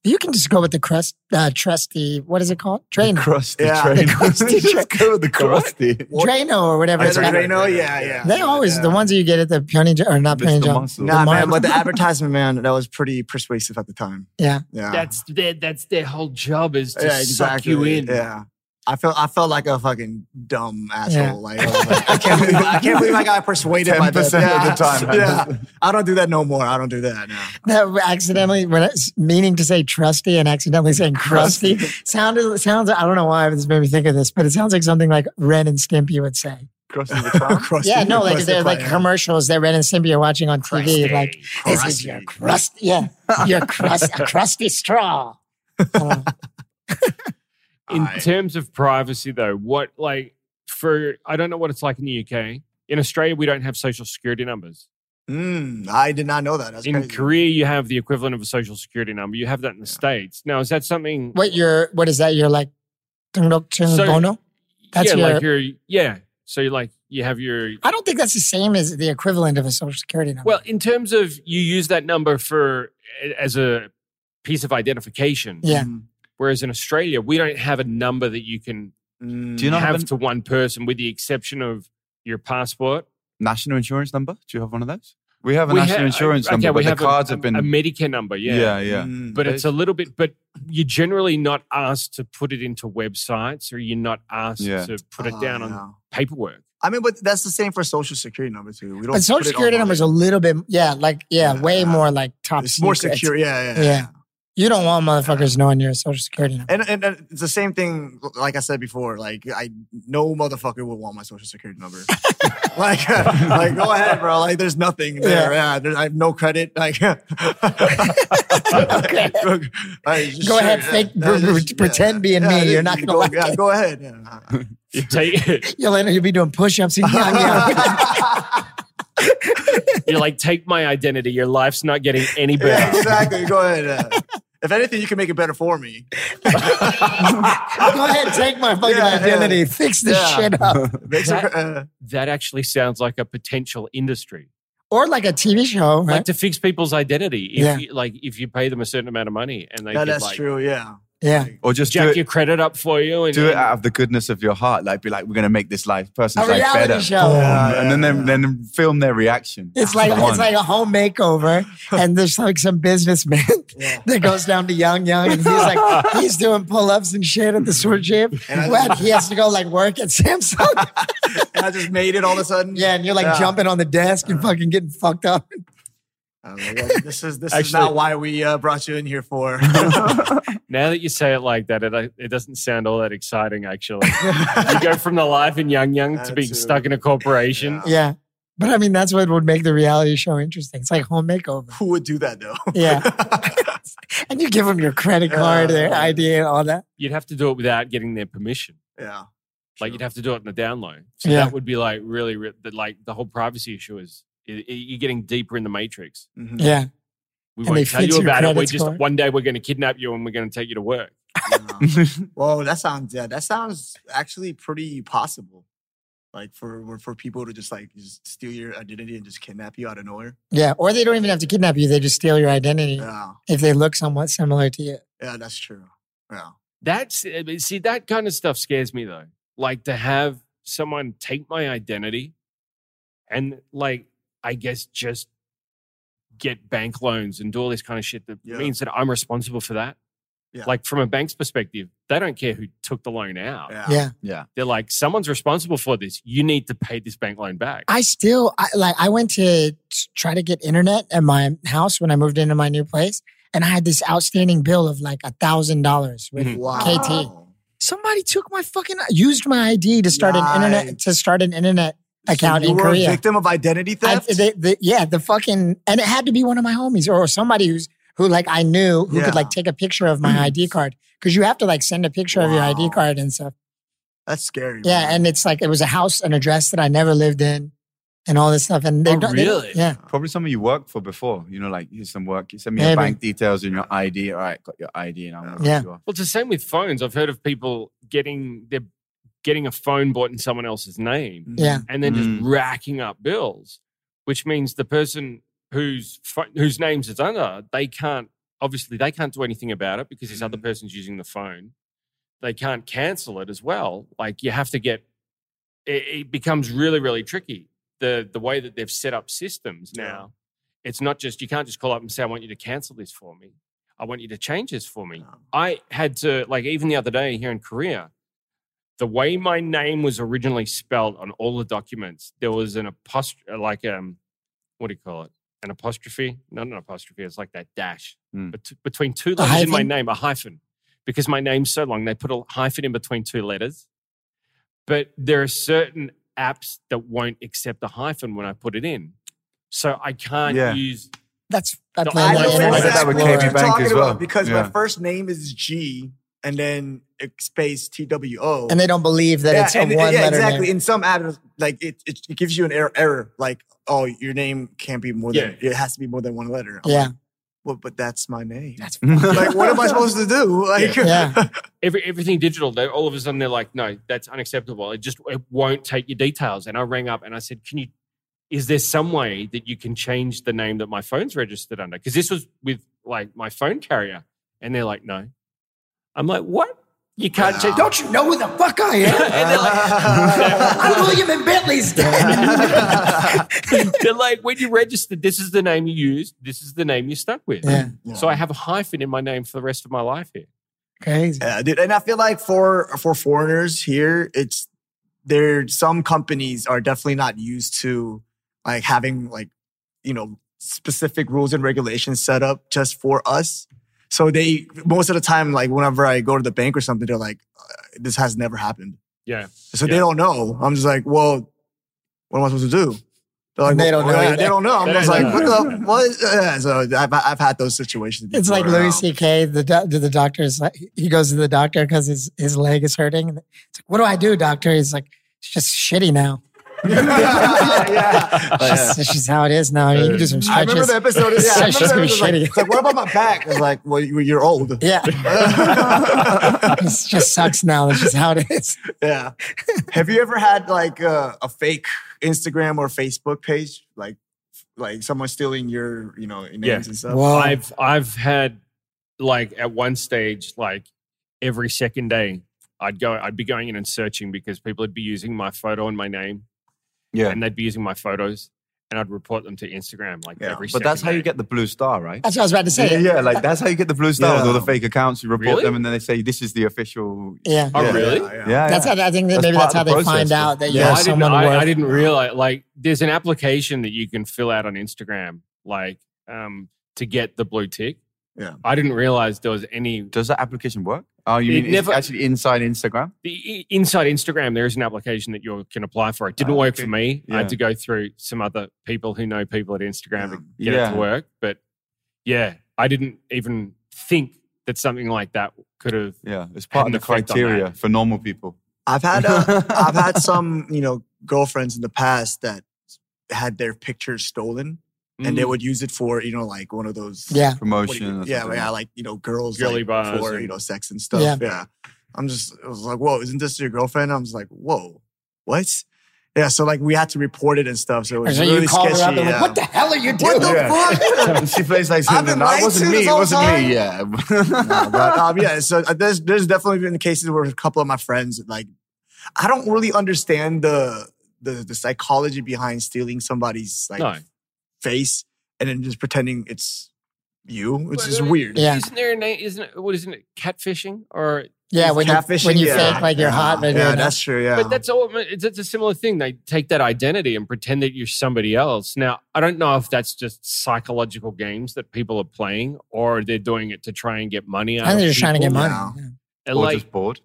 S5: You can just go with the crust, uh, trusty. What is it called? Drain,
S4: crusty
S6: Yeah.
S4: train.
S5: The crusty
S4: Just go with the crusty.
S6: What?
S5: Drano, or whatever.
S6: Yeah,
S5: it's
S6: the
S5: called.
S6: Drano, oh, yeah, yeah.
S5: They always
S6: Yeah.
S5: the ones that you get at the Pony Jo- or not
S4: It's
S5: Pony
S4: the
S5: John.
S4: muscle.
S6: Nah,
S5: The
S6: man,
S5: mar-
S6: but the advertisement, man, that was pretty persuasive at the time.
S5: Yeah.
S6: Yeah.
S7: That's their that's their whole job is to
S6: yeah,
S7: suck you in.
S6: Yeah. I felt I felt like a fucking dumb asshole.
S5: Yeah.
S6: Like, I, was like, I can't believe I can't believe I got persuaded by this.
S4: 10% of the
S6: Yeah.
S4: time, man.
S6: Yeah, I don't do that no more. I don't do that now.
S5: That accidentally, when it's meaning to say trusty and accidentally saying crusty, sounded sounds. I don't know why this made me think of this, but it sounds like something like Ren and Stimpy would say.
S4: Crusty the tram.
S6: Crusty-
S5: Yeah, no, like
S6: crusty
S5: they're like
S6: player.
S5: commercials that Ren and Stimpy are watching on TV. Like this is
S6: Crusty.
S5: your crust, yeah, your crust, a crusty straw. Uh,
S7: In
S6: Aye.
S7: terms of privacy, though, what like for I don't know what it's like in the UK. In Australia, we don't have social security numbers.
S6: Mm, I did not know that. That's
S7: in
S6: crazy.
S7: Korea, you have the equivalent of a social security number. You have that in the states. Now, is that something?
S5: what your what is that? Your like 등록증
S7: So-
S5: 번호? that's
S7: yeah, like your yeah. So you like you have your
S5: I don't think that's the same as the equivalent of a social security number.
S7: well in terms of you use that number for as a piece of identification.
S5: yeah.
S7: Whereas in Australia, we don't have a number that you can
S6: Mm.
S4: Do you not have
S7: have
S4: an
S7: to one person, with the exception of your passport.
S4: national insurance number? Do you have one of those? We have a
S7: We
S4: national
S7: ha-
S4: insurance
S7: okay,
S4: number,
S7: we
S4: but the
S7: have a-
S4: cards
S7: a,
S4: have been.
S7: a Medicare number. Yeah,
S4: yeah, yeah.
S6: Mm.
S7: but it's a little bit. But you're generally not asked to put it into websites, or you're not asked
S4: Yeah.
S7: to put it
S6: Oh,
S7: down on
S6: yeah.
S7: paperwork.
S6: I mean, but that's the same for social security number too. We don't.
S5: But social
S6: put it
S5: security
S6: online.
S5: numbers a little bit, yeah, like yeah, way
S6: Yeah.
S5: more like top.
S6: It's more
S5: secret.
S6: secure. Yeah, yeah.
S5: Yeah. You don't want motherfuckers knowing your social security number.
S6: And, and and it's the same thing. Like I said before, like I no motherfucker would want my social security number. like, like go ahead, bro. Like there's nothing there. Yeah, there- I have no credit. Like, go,
S5: Okay. Go ahead, fake- pretend being me. You're not gonna
S6: go,
S5: like
S6: yeah,
S5: it.
S6: Go ahead. Yeah.
S7: You take it.
S5: You'll end up- you'll be doing push-ups. And yum, yum.
S6: yeah,
S7: You're like, take my identity. Your life's not getting any better.
S6: exactly. Go ahead. yeah. If anything, you can make it better for me.
S5: Go ahead, take my fucking
S6: Yeah, yeah.
S5: identity. Fix this
S6: Yeah.
S5: shit up.
S6: Makes it,
S7: That-
S6: uh,
S7: That actually sounds like a potential industry,
S5: Or like a TV show, right?
S7: like to fix people's identity. If
S5: Yeah.
S7: you, like if you pay them a certain amount of money and they
S6: yeah,
S7: could,
S6: that's
S7: like,
S6: true. Yeah.
S5: yeah.
S4: or just do
S7: jack
S4: it,
S7: your credit up for you and
S4: do it
S7: and-
S4: out of the goodness of your heart. Like, be like, we're going to make this life person's
S5: A
S4: life
S5: reality
S4: better.
S5: show.
S4: Boom.
S6: Yeah,
S4: and then,
S6: yeah,
S4: then, then film their reaction.
S5: It's like
S4: Come
S5: it's
S4: on.
S5: like a home makeover, and there's like some businessman
S6: Yeah.
S5: that goes down to Young Young, and he's like he's doing pull-ups and shit at the swordship.
S6: And I-
S5: When he has to go like work at Samsung.
S6: And I just made it all of a sudden.
S5: Yeah, and you're like
S6: Yeah.
S5: jumping on the desk and fucking getting fucked up.
S6: I was like, well, this is this is
S7: Actually-
S6: not why we uh, brought you in here for.
S7: Now that you say it like that, it uh, it doesn't sound all that exciting. Actually, you go from the life in Young Young to being
S6: Attitude.
S7: stuck in a corporation.
S6: Yeah.
S5: Yeah. But I mean, that's what would make the reality show interesting. It's like home makeover.
S6: Who would do that though?
S5: Yeah. and you give them your credit card, their
S6: Yeah.
S5: ID, and all that.
S7: You'd have to do it without getting their permission.
S6: yeah.
S7: Like you'd have to do it in the download. So
S5: Yeah.
S7: that would be like really, re- the, like the whole privacy issue is i- i- you're getting deeper in the matrix.
S6: Mhm.
S5: Yeah.
S7: We
S5: And they
S7: won't tell
S5: fit
S7: you
S5: your
S7: about it.
S5: credit
S7: We're just
S5: score.
S7: one day we're going to kidnap you and we're going to take you to work.
S6: Yeah. Whoa, that sounds yeah, that sounds actually pretty possible. Like for for people to just like just steal your identity and just kidnap you out of nowhere.
S5: Yeah. Or they don't even have to kidnap you. They just steal your identity
S6: Yeah,
S5: if they look somewhat similar to you.
S6: yeah, that's true. Yeah,
S7: That's I mean, see that kind of stuff scares me though. Like to have someone take my identity and like I guess just get bank loans and do all this kind of shit that
S6: Yeah.
S7: means that I'm responsible for that.
S6: Yeah.
S7: Like from a bank's perspective, they don't care who took the loan out.
S6: yeah,
S5: Yeah.
S7: They're like, someone's responsible for this. You need to pay this bank loan back.
S5: I still, I, like, I went to t- try to get internet at my house when I moved into my new place. And I had this outstanding bill of like a thousand dollars with
S7: Mhm.
S6: Wow.
S5: KT. Somebody took my fucking used my ID to start an internet
S6: Nice.
S5: to start an internet account
S6: so you
S5: in
S6: were
S5: Korea.
S6: a victim of identity
S5: I-
S6: theft.
S5: they- they- yeah, the fucking and it had to be one of my homies or somebody who's who like I knew who
S6: Yeah.
S5: could like take a picture of my ID card because you have to like send a picture of your ID
S6: Wow.
S5: card and stuff.
S6: that's scary.
S5: Yeah,
S6: man.
S5: and it's like it was a house, an address that I never lived in, and all this stuff. And they
S7: Oh,
S5: don't they-
S7: really?
S5: yeah,
S4: Probably someone you worked for before. You know, like, here's some work. You send me your
S5: Maybe.
S4: bank details and your ID. All right, got your ID and I'll
S5: Yeah.
S4: yeah. you off.
S7: Well, it's the same with phones. I've heard of people getting their getting a phone bought in someone else's name
S5: Yeah.
S7: and then
S4: Mm.
S7: just racking up bills, which means the person whose pho- whose names it's under, they can't obviously they can't do anything about it because this other person's using the phone. They can't cancel it as well. Like you have to get it, it becomes really really tricky. The the way that they've set up systems
S6: Yeah.
S7: now, it's not just you can't just call up and say I want you to cancel this for me. I want you to change this for me.
S6: Um,
S7: I had to like even the other day here in Korea, the way my name was originally spelled on all the documents, there was an apostrophe, like um, what do you call it? An apostrophe? Not an apostrophe. It's like that dash
S4: Mm.
S7: bet- between two letters in my
S5: hyphen?
S7: name, a hyphen, because my name's so long. They put a hyphen in between two letters, but there are certain apps that won't accept a hyphen when I put it in, so I can't
S4: Yeah.
S7: use.
S5: That's Oh I
S7: No,
S5: play
S7: I
S6: I
S5: that
S6: know
S5: in
S4: I
S5: Internet
S4: did that with
S5: Explorer.
S4: KB
S6: you're
S4: Bank
S6: talking
S4: as well.
S6: about because
S4: Yeah.
S6: my first name is G and then it- space T W O.
S5: And they don't believe that it's a
S6: and-
S5: one
S6: yeah,
S5: letter
S6: exactly.
S5: name.
S6: In some apps, like it, it, it gives you an error, error. Like, oh, your name can't be more than. It has to be more than one letter. I'm
S5: Yeah.
S6: Like, well, but that's my name.
S5: That's
S6: like, what am I supposed to do? Like,
S5: Yeah.
S7: every, everything digital. They all of a sudden they're like, no, that's unacceptable. It just it won't take your details. And I rang up and I said, can you? Is there some way that you can change the name that my phone's registered under? Because this was with like my phone carrier, and they're like, no. I'm like, what? You can't change.
S9: Don't you know who the fuck I am?
S7: And they're like,
S9: I'm William and Bentley's dad.
S7: they're like, when you registered, this is the name you used. This is the name you stuck with.
S5: Yeah.
S7: So I have a hyphen in my name for the rest of my life here.
S5: Crazy.
S6: Yeah, dude. And I feel like for for foreigners here, it's there. Some companies are definitely not used to like having like you know specific rules and regulations set up just for us. So they most of the time, like whenever I go to the bank or something, they're like, uh, "This has never happened."
S7: Yeah.
S6: So they
S7: Yeah.
S6: don't know. I'm just like, "Well, what am I supposed to do?" They're
S5: And they
S6: "Well,
S5: don't know
S6: yeah,
S5: either."
S6: They don't know. I'm
S7: They
S6: just
S7: don't
S6: like,
S7: know.
S6: "What the- what?" is-" Yeah, So I've, I've had those situations.
S5: It's like
S6: before.
S5: Louis C.K. The do- to the doctor's like he goes to the doctor because his his leg is hurting. And It's like, what do I do, doctor? He's like, it's just shitty now.
S6: yeah.
S5: It's just, it's just how it is now. I mean, you can do some
S6: I remember
S5: stretches.
S6: the episode. Yeah, I
S5: It's
S6: remember the
S5: just
S6: episode.
S5: shitty.
S6: It's like, what about my back? It's like, well, you- you're old.
S5: Yeah,
S6: yeah.
S5: it just sucks now. That's just how it is.
S6: Have you ever had like uh, a fake Instagram or Facebook page, like like someone stealing your you know names
S7: Yeah.
S6: and stuff?
S5: Whoa.
S7: I've I've had like at one stage, like every second day, I'd go, I'd be going in and searching because people would be using my photo and my name,
S4: yeah.
S7: and they'd be using my photos, and I'd report them to Instagram like
S6: Yeah,
S7: every.
S4: But that's
S7: second
S4: how you
S7: day.
S4: get the blue star, right?
S5: That's what I was about to
S4: Yeah,
S5: say.
S4: yeah, like that's how you get the blue star with all the
S6: Yeah.
S4: fake accounts. You report
S7: Really?
S4: them, and then they say this is the official.
S5: Yeah.
S7: Oh,
S4: Yeah.
S7: really?
S4: Yeah, yeah.
S5: That's how I think that
S4: That's
S5: maybe
S4: part
S5: that's how
S4: of
S5: they
S4: the process,
S5: find out that
S6: though.
S5: you're
S6: Yeah,
S7: I didn't,
S5: someone
S7: I,
S5: worth.
S7: I didn't realize like there's an application that you can fill out on Instagram, like um, to get the blue tick.
S6: Yeah.
S7: I didn't realize there was any
S4: Does that application work? Oh,
S7: It
S4: you mean
S7: never-
S4: it's actually inside Instagram?
S7: the i- inside Instagram, there is an application that you can apply for. It didn't
S4: Ah,
S7: work
S4: okay.
S7: for me. I had
S4: Yeah.
S7: to go through some other people who know people at Instagram
S6: Um,
S7: to get it
S4: Yeah.
S7: to work. But yeah, I didn't even think that something like that could have.
S4: Yeah, it's
S7: Had
S4: part
S7: an
S4: of the
S7: effect on
S4: criteria
S7: that.
S4: for normal people.
S6: I've had uh, I've had some you know girlfriends in the past that had their pictures stolen, and
S7: Mm.
S6: they would use it for you know like one of those what
S5: Yeah.
S6: do you-
S4: Promotion. or
S6: yeah,
S4: something.
S6: yeah, like you know, girls
S7: Girly
S6: like,
S7: bars
S6: for
S7: and-
S6: you know, sex and stuff.
S5: Yeah.
S6: Yeah. I'm just, I was like, whoa, isn't this your girlfriend? I was like, whoa, what? Yeah, so like we had to report it and stuff. So it was
S5: So you
S6: really
S5: called her up
S6: sketchy.
S5: and went,
S6: yeah.
S9: what the hell are you
S6: What
S9: doing?
S6: the fuck?
S4: she plays like
S6: I've been
S4: no,
S6: lied
S4: it wasn't
S6: to
S4: me.
S6: this
S4: It
S6: whole
S4: wasn't
S6: time."
S4: me. Yeah.
S6: No, but, um, yeah, so uh, there's there's definitely been cases where a couple of my friends like I don't really understand the the, the psychology behind stealing somebody's like
S7: No.
S6: face and then just pretending it's you. It's
S7: Well,
S6: just weird.
S5: Yeah.
S7: Isn't there a name? Isn't it, what isn't it? Catfishing or?
S5: Yeah, when you,
S6: Catfishing,
S5: when you
S6: yeah.
S5: fake like you're
S6: Yeah.
S5: hot, but
S6: Yeah,
S5: you're not.
S6: that's true. Yeah,
S7: But that's all. It's, it's a similar thing. They take that identity and pretend that you're somebody else. Now, I don't know if that's just psychological games that people are playing, or they're doing it to try and get money out.
S5: I think
S7: of
S5: they're just trying to get
S7: people.
S5: money.
S6: Yeah.
S7: And
S4: Or
S7: like-
S4: just bored.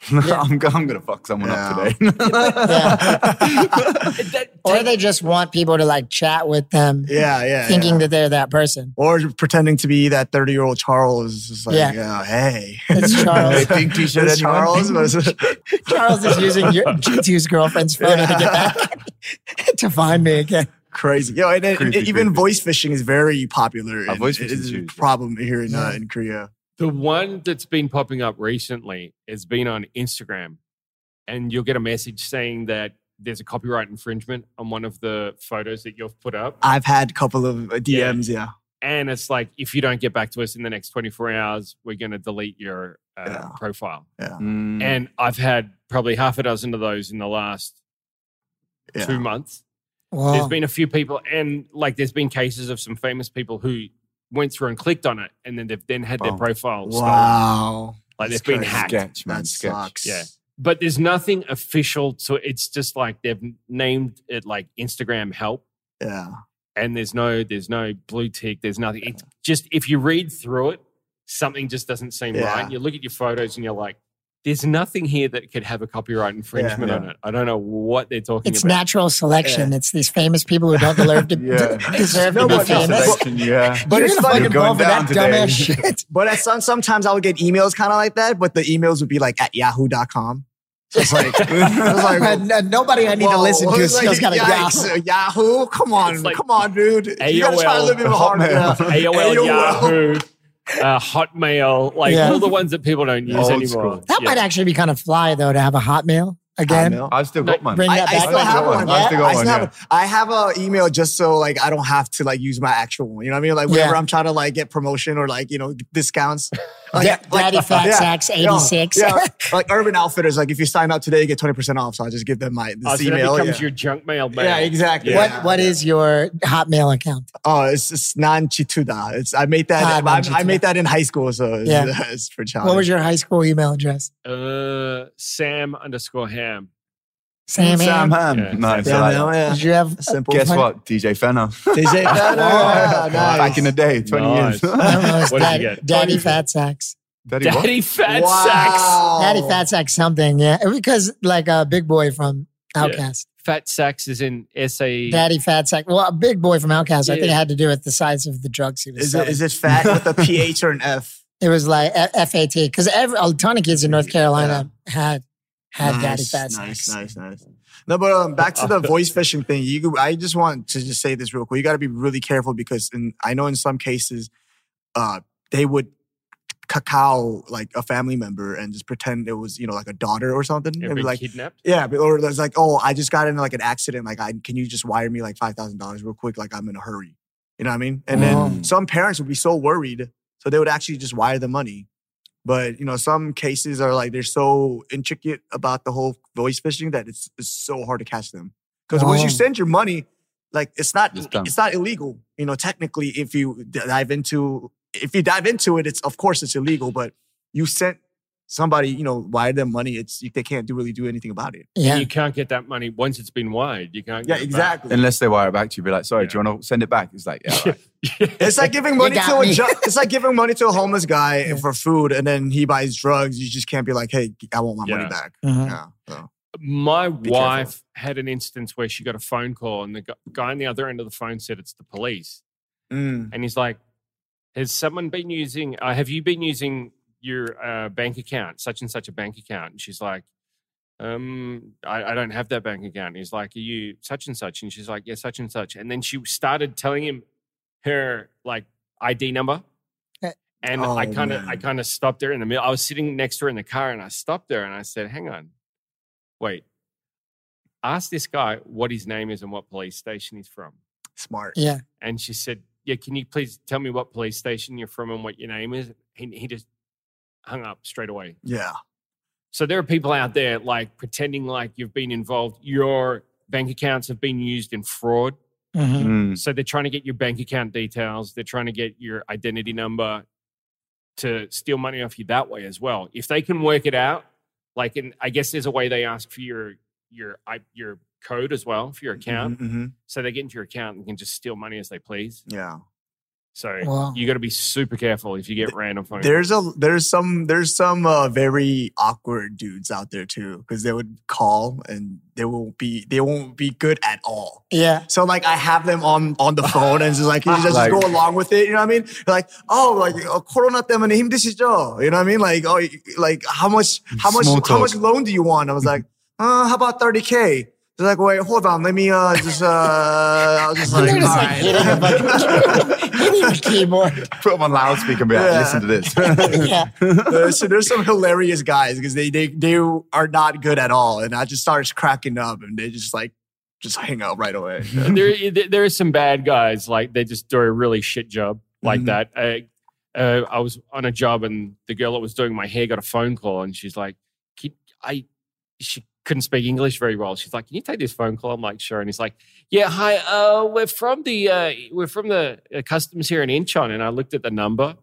S4: I'm, go- I'm gonna fuck someone
S6: Yeah.
S4: up today.
S7: It- that
S5: Or
S7: take-
S5: they just want people to like chat with them,
S6: yeah, yeah.
S5: thinking
S6: yeah.
S5: that they're that person.
S6: or pretending to be that 30 year old Charles is just like,
S5: Yeah. Oh.
S6: yeah, hey.
S5: It's Charles. Hey,
S4: pink t-shirt,
S6: It's
S4: anyone?
S6: Charles. but-
S5: Charles is using your GT's girlfriend's photo to get back to find me again.
S6: Crazy. Yo, and then
S4: Creepy,
S6: even
S4: creepy.
S6: voice phishing is very popular.
S4: Uh,
S6: and
S4: voice
S6: it
S4: phishing's
S6: is a
S4: huge, yeah.
S6: problem here in, uh, in Korea.
S7: The one that's been popping up recently has been on Instagram. and you'll get a message saying that there's a copyright infringement on one of the photos that you've put up.
S6: I've had a couple of uh, DMs, yeah.
S7: and it's like, if you don't get back to us in the next 24 hours, we're going to delete your uh,
S6: Yeah.
S7: profile.
S4: Mm.
S7: And I've had probably half a dozen of those in the last
S6: Yeah.
S7: two months.
S5: Well,
S7: There's been a few people, and like there's been cases of some famous people who went through and clicked on it, and then they've then had their
S4: Wow.
S7: profile stolen.
S6: Wow.
S7: Like
S6: That's
S7: they've been
S6: crazy.
S7: hacked.
S4: sketch, man,
S6: That
S4: sketch.
S6: sucks.
S7: Yeah. But there's nothing official, so it's just like they've named it like Instagram help,
S6: Yeah.
S7: and there's no there's no blue tick, there's nothing. It's just if you read through it, something just doesn't seem
S6: Yeah.
S7: right. You look at your photos and you're like, there's nothing here that could have a copyright infringement on it. I don't know what they're talking
S5: it's
S7: about.
S5: natural selection. It's these famous people who don't deserve to
S4: Yeah.
S5: deserve to
S6: No
S5: be
S6: one else
S5: famous.
S6: is-
S4: Selection, yeah.
S6: But
S5: You're
S6: it's
S5: gonna
S6: like-
S5: fucking
S4: You're
S5: fall
S4: going
S5: for that
S4: down today.
S5: dumbass shit.
S6: But at some, sometimes I would get emails kind of like that, but the emails would be like at yahoo.com. So it's like, I was like,
S5: And- and nobody I need to listen to
S6: is
S5: still got a
S6: yikes,
S5: Yahoo.
S6: uh, Yahoo? Come on,
S7: It's like
S6: come on, dude. You gotta try a
S7: AOL,
S6: little bit harder.
S4: Hotmail.
S7: AOL,
S6: AOL.
S7: Yahoo, uh, Hotmail, like
S5: Yeah.
S7: all the ones that people don't use
S4: Old
S7: anymore.
S4: school.
S5: That
S7: Yeah.
S5: might actually be kind of fly though to have a Hotmail again.
S6: Hotmail.
S4: I've still got
S7: No,
S4: one.
S5: Bring
S6: I,
S5: that
S6: I
S5: back.
S6: still
S5: like
S6: have
S5: that
S6: one.
S5: Yeah.
S4: I still got
S6: I
S4: one,
S6: still have
S4: yeah.
S6: one. I have a email just so like I don't have to like use my actual one. You know what I mean? Like whenever
S5: Yeah.
S6: I'm trying to like get promotion or like you know discounts. Like,
S5: Da- Daddy Fat
S6: yeah,
S5: Sacks
S6: yeah,
S5: 86.
S6: Yeah, like Urban Outfitters. Like if you sign up today, you get twenty percent off. So I just give them my this
S7: Oh, so that
S6: email.
S7: becomes
S6: yeah.
S7: your junk mail mail.
S6: yeah, exactly.
S5: What
S6: Yeah.
S5: what is your Hotmail account?
S6: Oh, it's, it's Nan Chituda. It's I made that.
S5: Ah,
S6: I,
S5: Nan
S6: I made
S5: Chituda.
S6: that in high school, so it's,
S5: Yeah.
S6: it's for challenge.
S5: What was your high school email address?
S7: Uh, Sam underscore Ham.
S5: Sam.
S4: Sam
S5: Ann?
S4: Ham.
S7: Yeah.
S4: Nice. I
S6: yeah,
S4: like
S6: no,
S4: that.
S6: yeah.
S5: Did you have
S6: Simple.
S4: Guess
S5: What?
S4: what? DJ Fenner.
S6: DJ
S5: uh,
S6: Fenner. Oh, Nice.
S4: Back in the day, 20
S7: Nice.
S4: years.
S5: I don't know, it's
S7: What did you
S5: Dad-
S7: get?
S5: Daddy Fat Sacks.
S4: Daddy, what?
S7: Daddy Fat Sacks.
S6: Wow.
S5: Daddy Fat Sacks something, yeah. Because like a big boy from Outcast.
S7: Fat Sacks is in S A.
S5: Daddy Fat Sack. Well, a big boy from Outcast. I think it
S7: Yeah.
S5: had to do with the size of the drugs he was
S6: Is it
S5: selling.
S6: is it fat with a ph or an f?
S5: It was like F- FAT because a ton of kids in North Carolina had had daddy
S6: nice,
S5: fat
S6: nice, nice,
S5: sacks.
S6: nice. No, but um, back to the voice phishing thing. You, I just want to just say this real quick. You got to be really careful because, in, I know in some cases, uh, they would cacao like a family member and just pretend it was you know like a daughter or something.
S7: You've
S6: And be
S7: been
S6: like,
S7: kidnapped.
S6: yeah, but- or it's like, oh, I just got into like an accident. Like, I can you just wire me like five thousand dollars real quick? Like, I'm in a hurry. You know what I mean? And
S5: Oh.
S6: then some parents would be so worried, so they would actually just wire the money. But you know, some cases are like they're so intricate about the whole voice phishing that it's it's so hard to catch them. Because once
S5: Oh.
S6: you send your money, like it's not
S4: It's
S6: it's,
S4: done.
S6: not illegal. You know, technically, if you d- dive into if you dive into it, it's of course it's illegal. But you sent somebody, you know, wired them money. It's they can't do really do anything about it.
S5: Yeah.
S7: You can't get that money once it's been wired. You can't.
S6: Yeah,
S7: get it back.
S6: exactly.
S4: Unless they wire it back to you, be like, sorry, do you want to send it back? It's like, yeah, all right.
S6: It's like giving money
S5: got
S6: to a
S5: me.
S6: ju- it's like giving money to a homeless guy for food, and then he buys drugs. You just can't be like, "Hey, I want my
S7: Yeah.
S6: money back."
S5: Mhm.
S6: Yeah, so.
S7: My
S6: Be careful.
S7: wife had an instance where she got a phone call, and the gu- guy on the other end of the phone said it's the police,
S6: Mm.
S7: and he's like, "Has someone been using? Uh, have you been using your uh, bank account, such and such a bank account?" And she's like. Um, I, I don't have that bank account. And he's like, Are you such and such? And she's like, Yeah, such and such. And then she started telling him her like ID number.
S5: Eh.
S7: And
S6: Oh,
S7: I kind of I
S6: man.
S7: kind of stopped there in the middle. I was sitting next to her in the car and I stopped there and I said, Hang on, wait. Ask this guy what his name is and what police station he's from.
S6: Smart.
S5: Yeah.
S7: And she said, Yeah, can you please tell me what police station you're from and what your name is? And he just hung up straight away.
S6: Yeah.
S7: So there are people out there like pretending like you've been involved, your bank accounts have been used in fraud.
S5: Mhm.
S4: Mm.
S7: So they're trying to get your bank account details, they're trying to get your identity number to steal money off you that way as well. If they can work it out, like in I guess there's a way they ask for your your I- your code as well for your account.
S6: Mhm, mhm.
S7: So they get into your account and can just steal money as they please.
S6: Yeah.
S7: So
S5: Wow.
S7: you got to be super careful if you get random phone calls.
S6: There's a there's some there's some uh, very awkward dudes out there too because they would call and they won't be they won't be good at all.
S5: Yeah.
S6: So like I have them on on the phone and it's just like you just
S4: Like-
S6: go along with it. You know what I mean? Like oh like oh, corona 때문에 힘드시죠? You know what I mean? Like oh like how much how much
S4: Small
S6: how
S4: talk.
S6: much loan do you want? I was like uh, how about thirty k. They're like, wait, hold on, let me uh, just. Uh, I was just like,
S5: They're
S6: all
S5: just like
S6: right.
S5: hitting a fucking hitting a keyboard.
S4: Put them on loudspeaker and be like,
S6: Yeah.
S4: listen to this.
S5: Yeah.
S6: Uh, so there's some hilarious guys because they they they are not good at all, and I just started cracking up, and they just like just hang out right away.
S7: And there, there- there are some bad guys like they just do a really shit job like
S6: Mhm.
S7: that. Uh, uh, I was on a job and the girl that was doing my hair got a phone call and she's like, "Can- "I," she couldn't speak English very well. She's like, "Can you take this phone call?" I'm like, "Sure." And he's like, "Yeah, hi. Uh, we're from the uh, we're from the uh, customs here in Incheon." And I looked at the number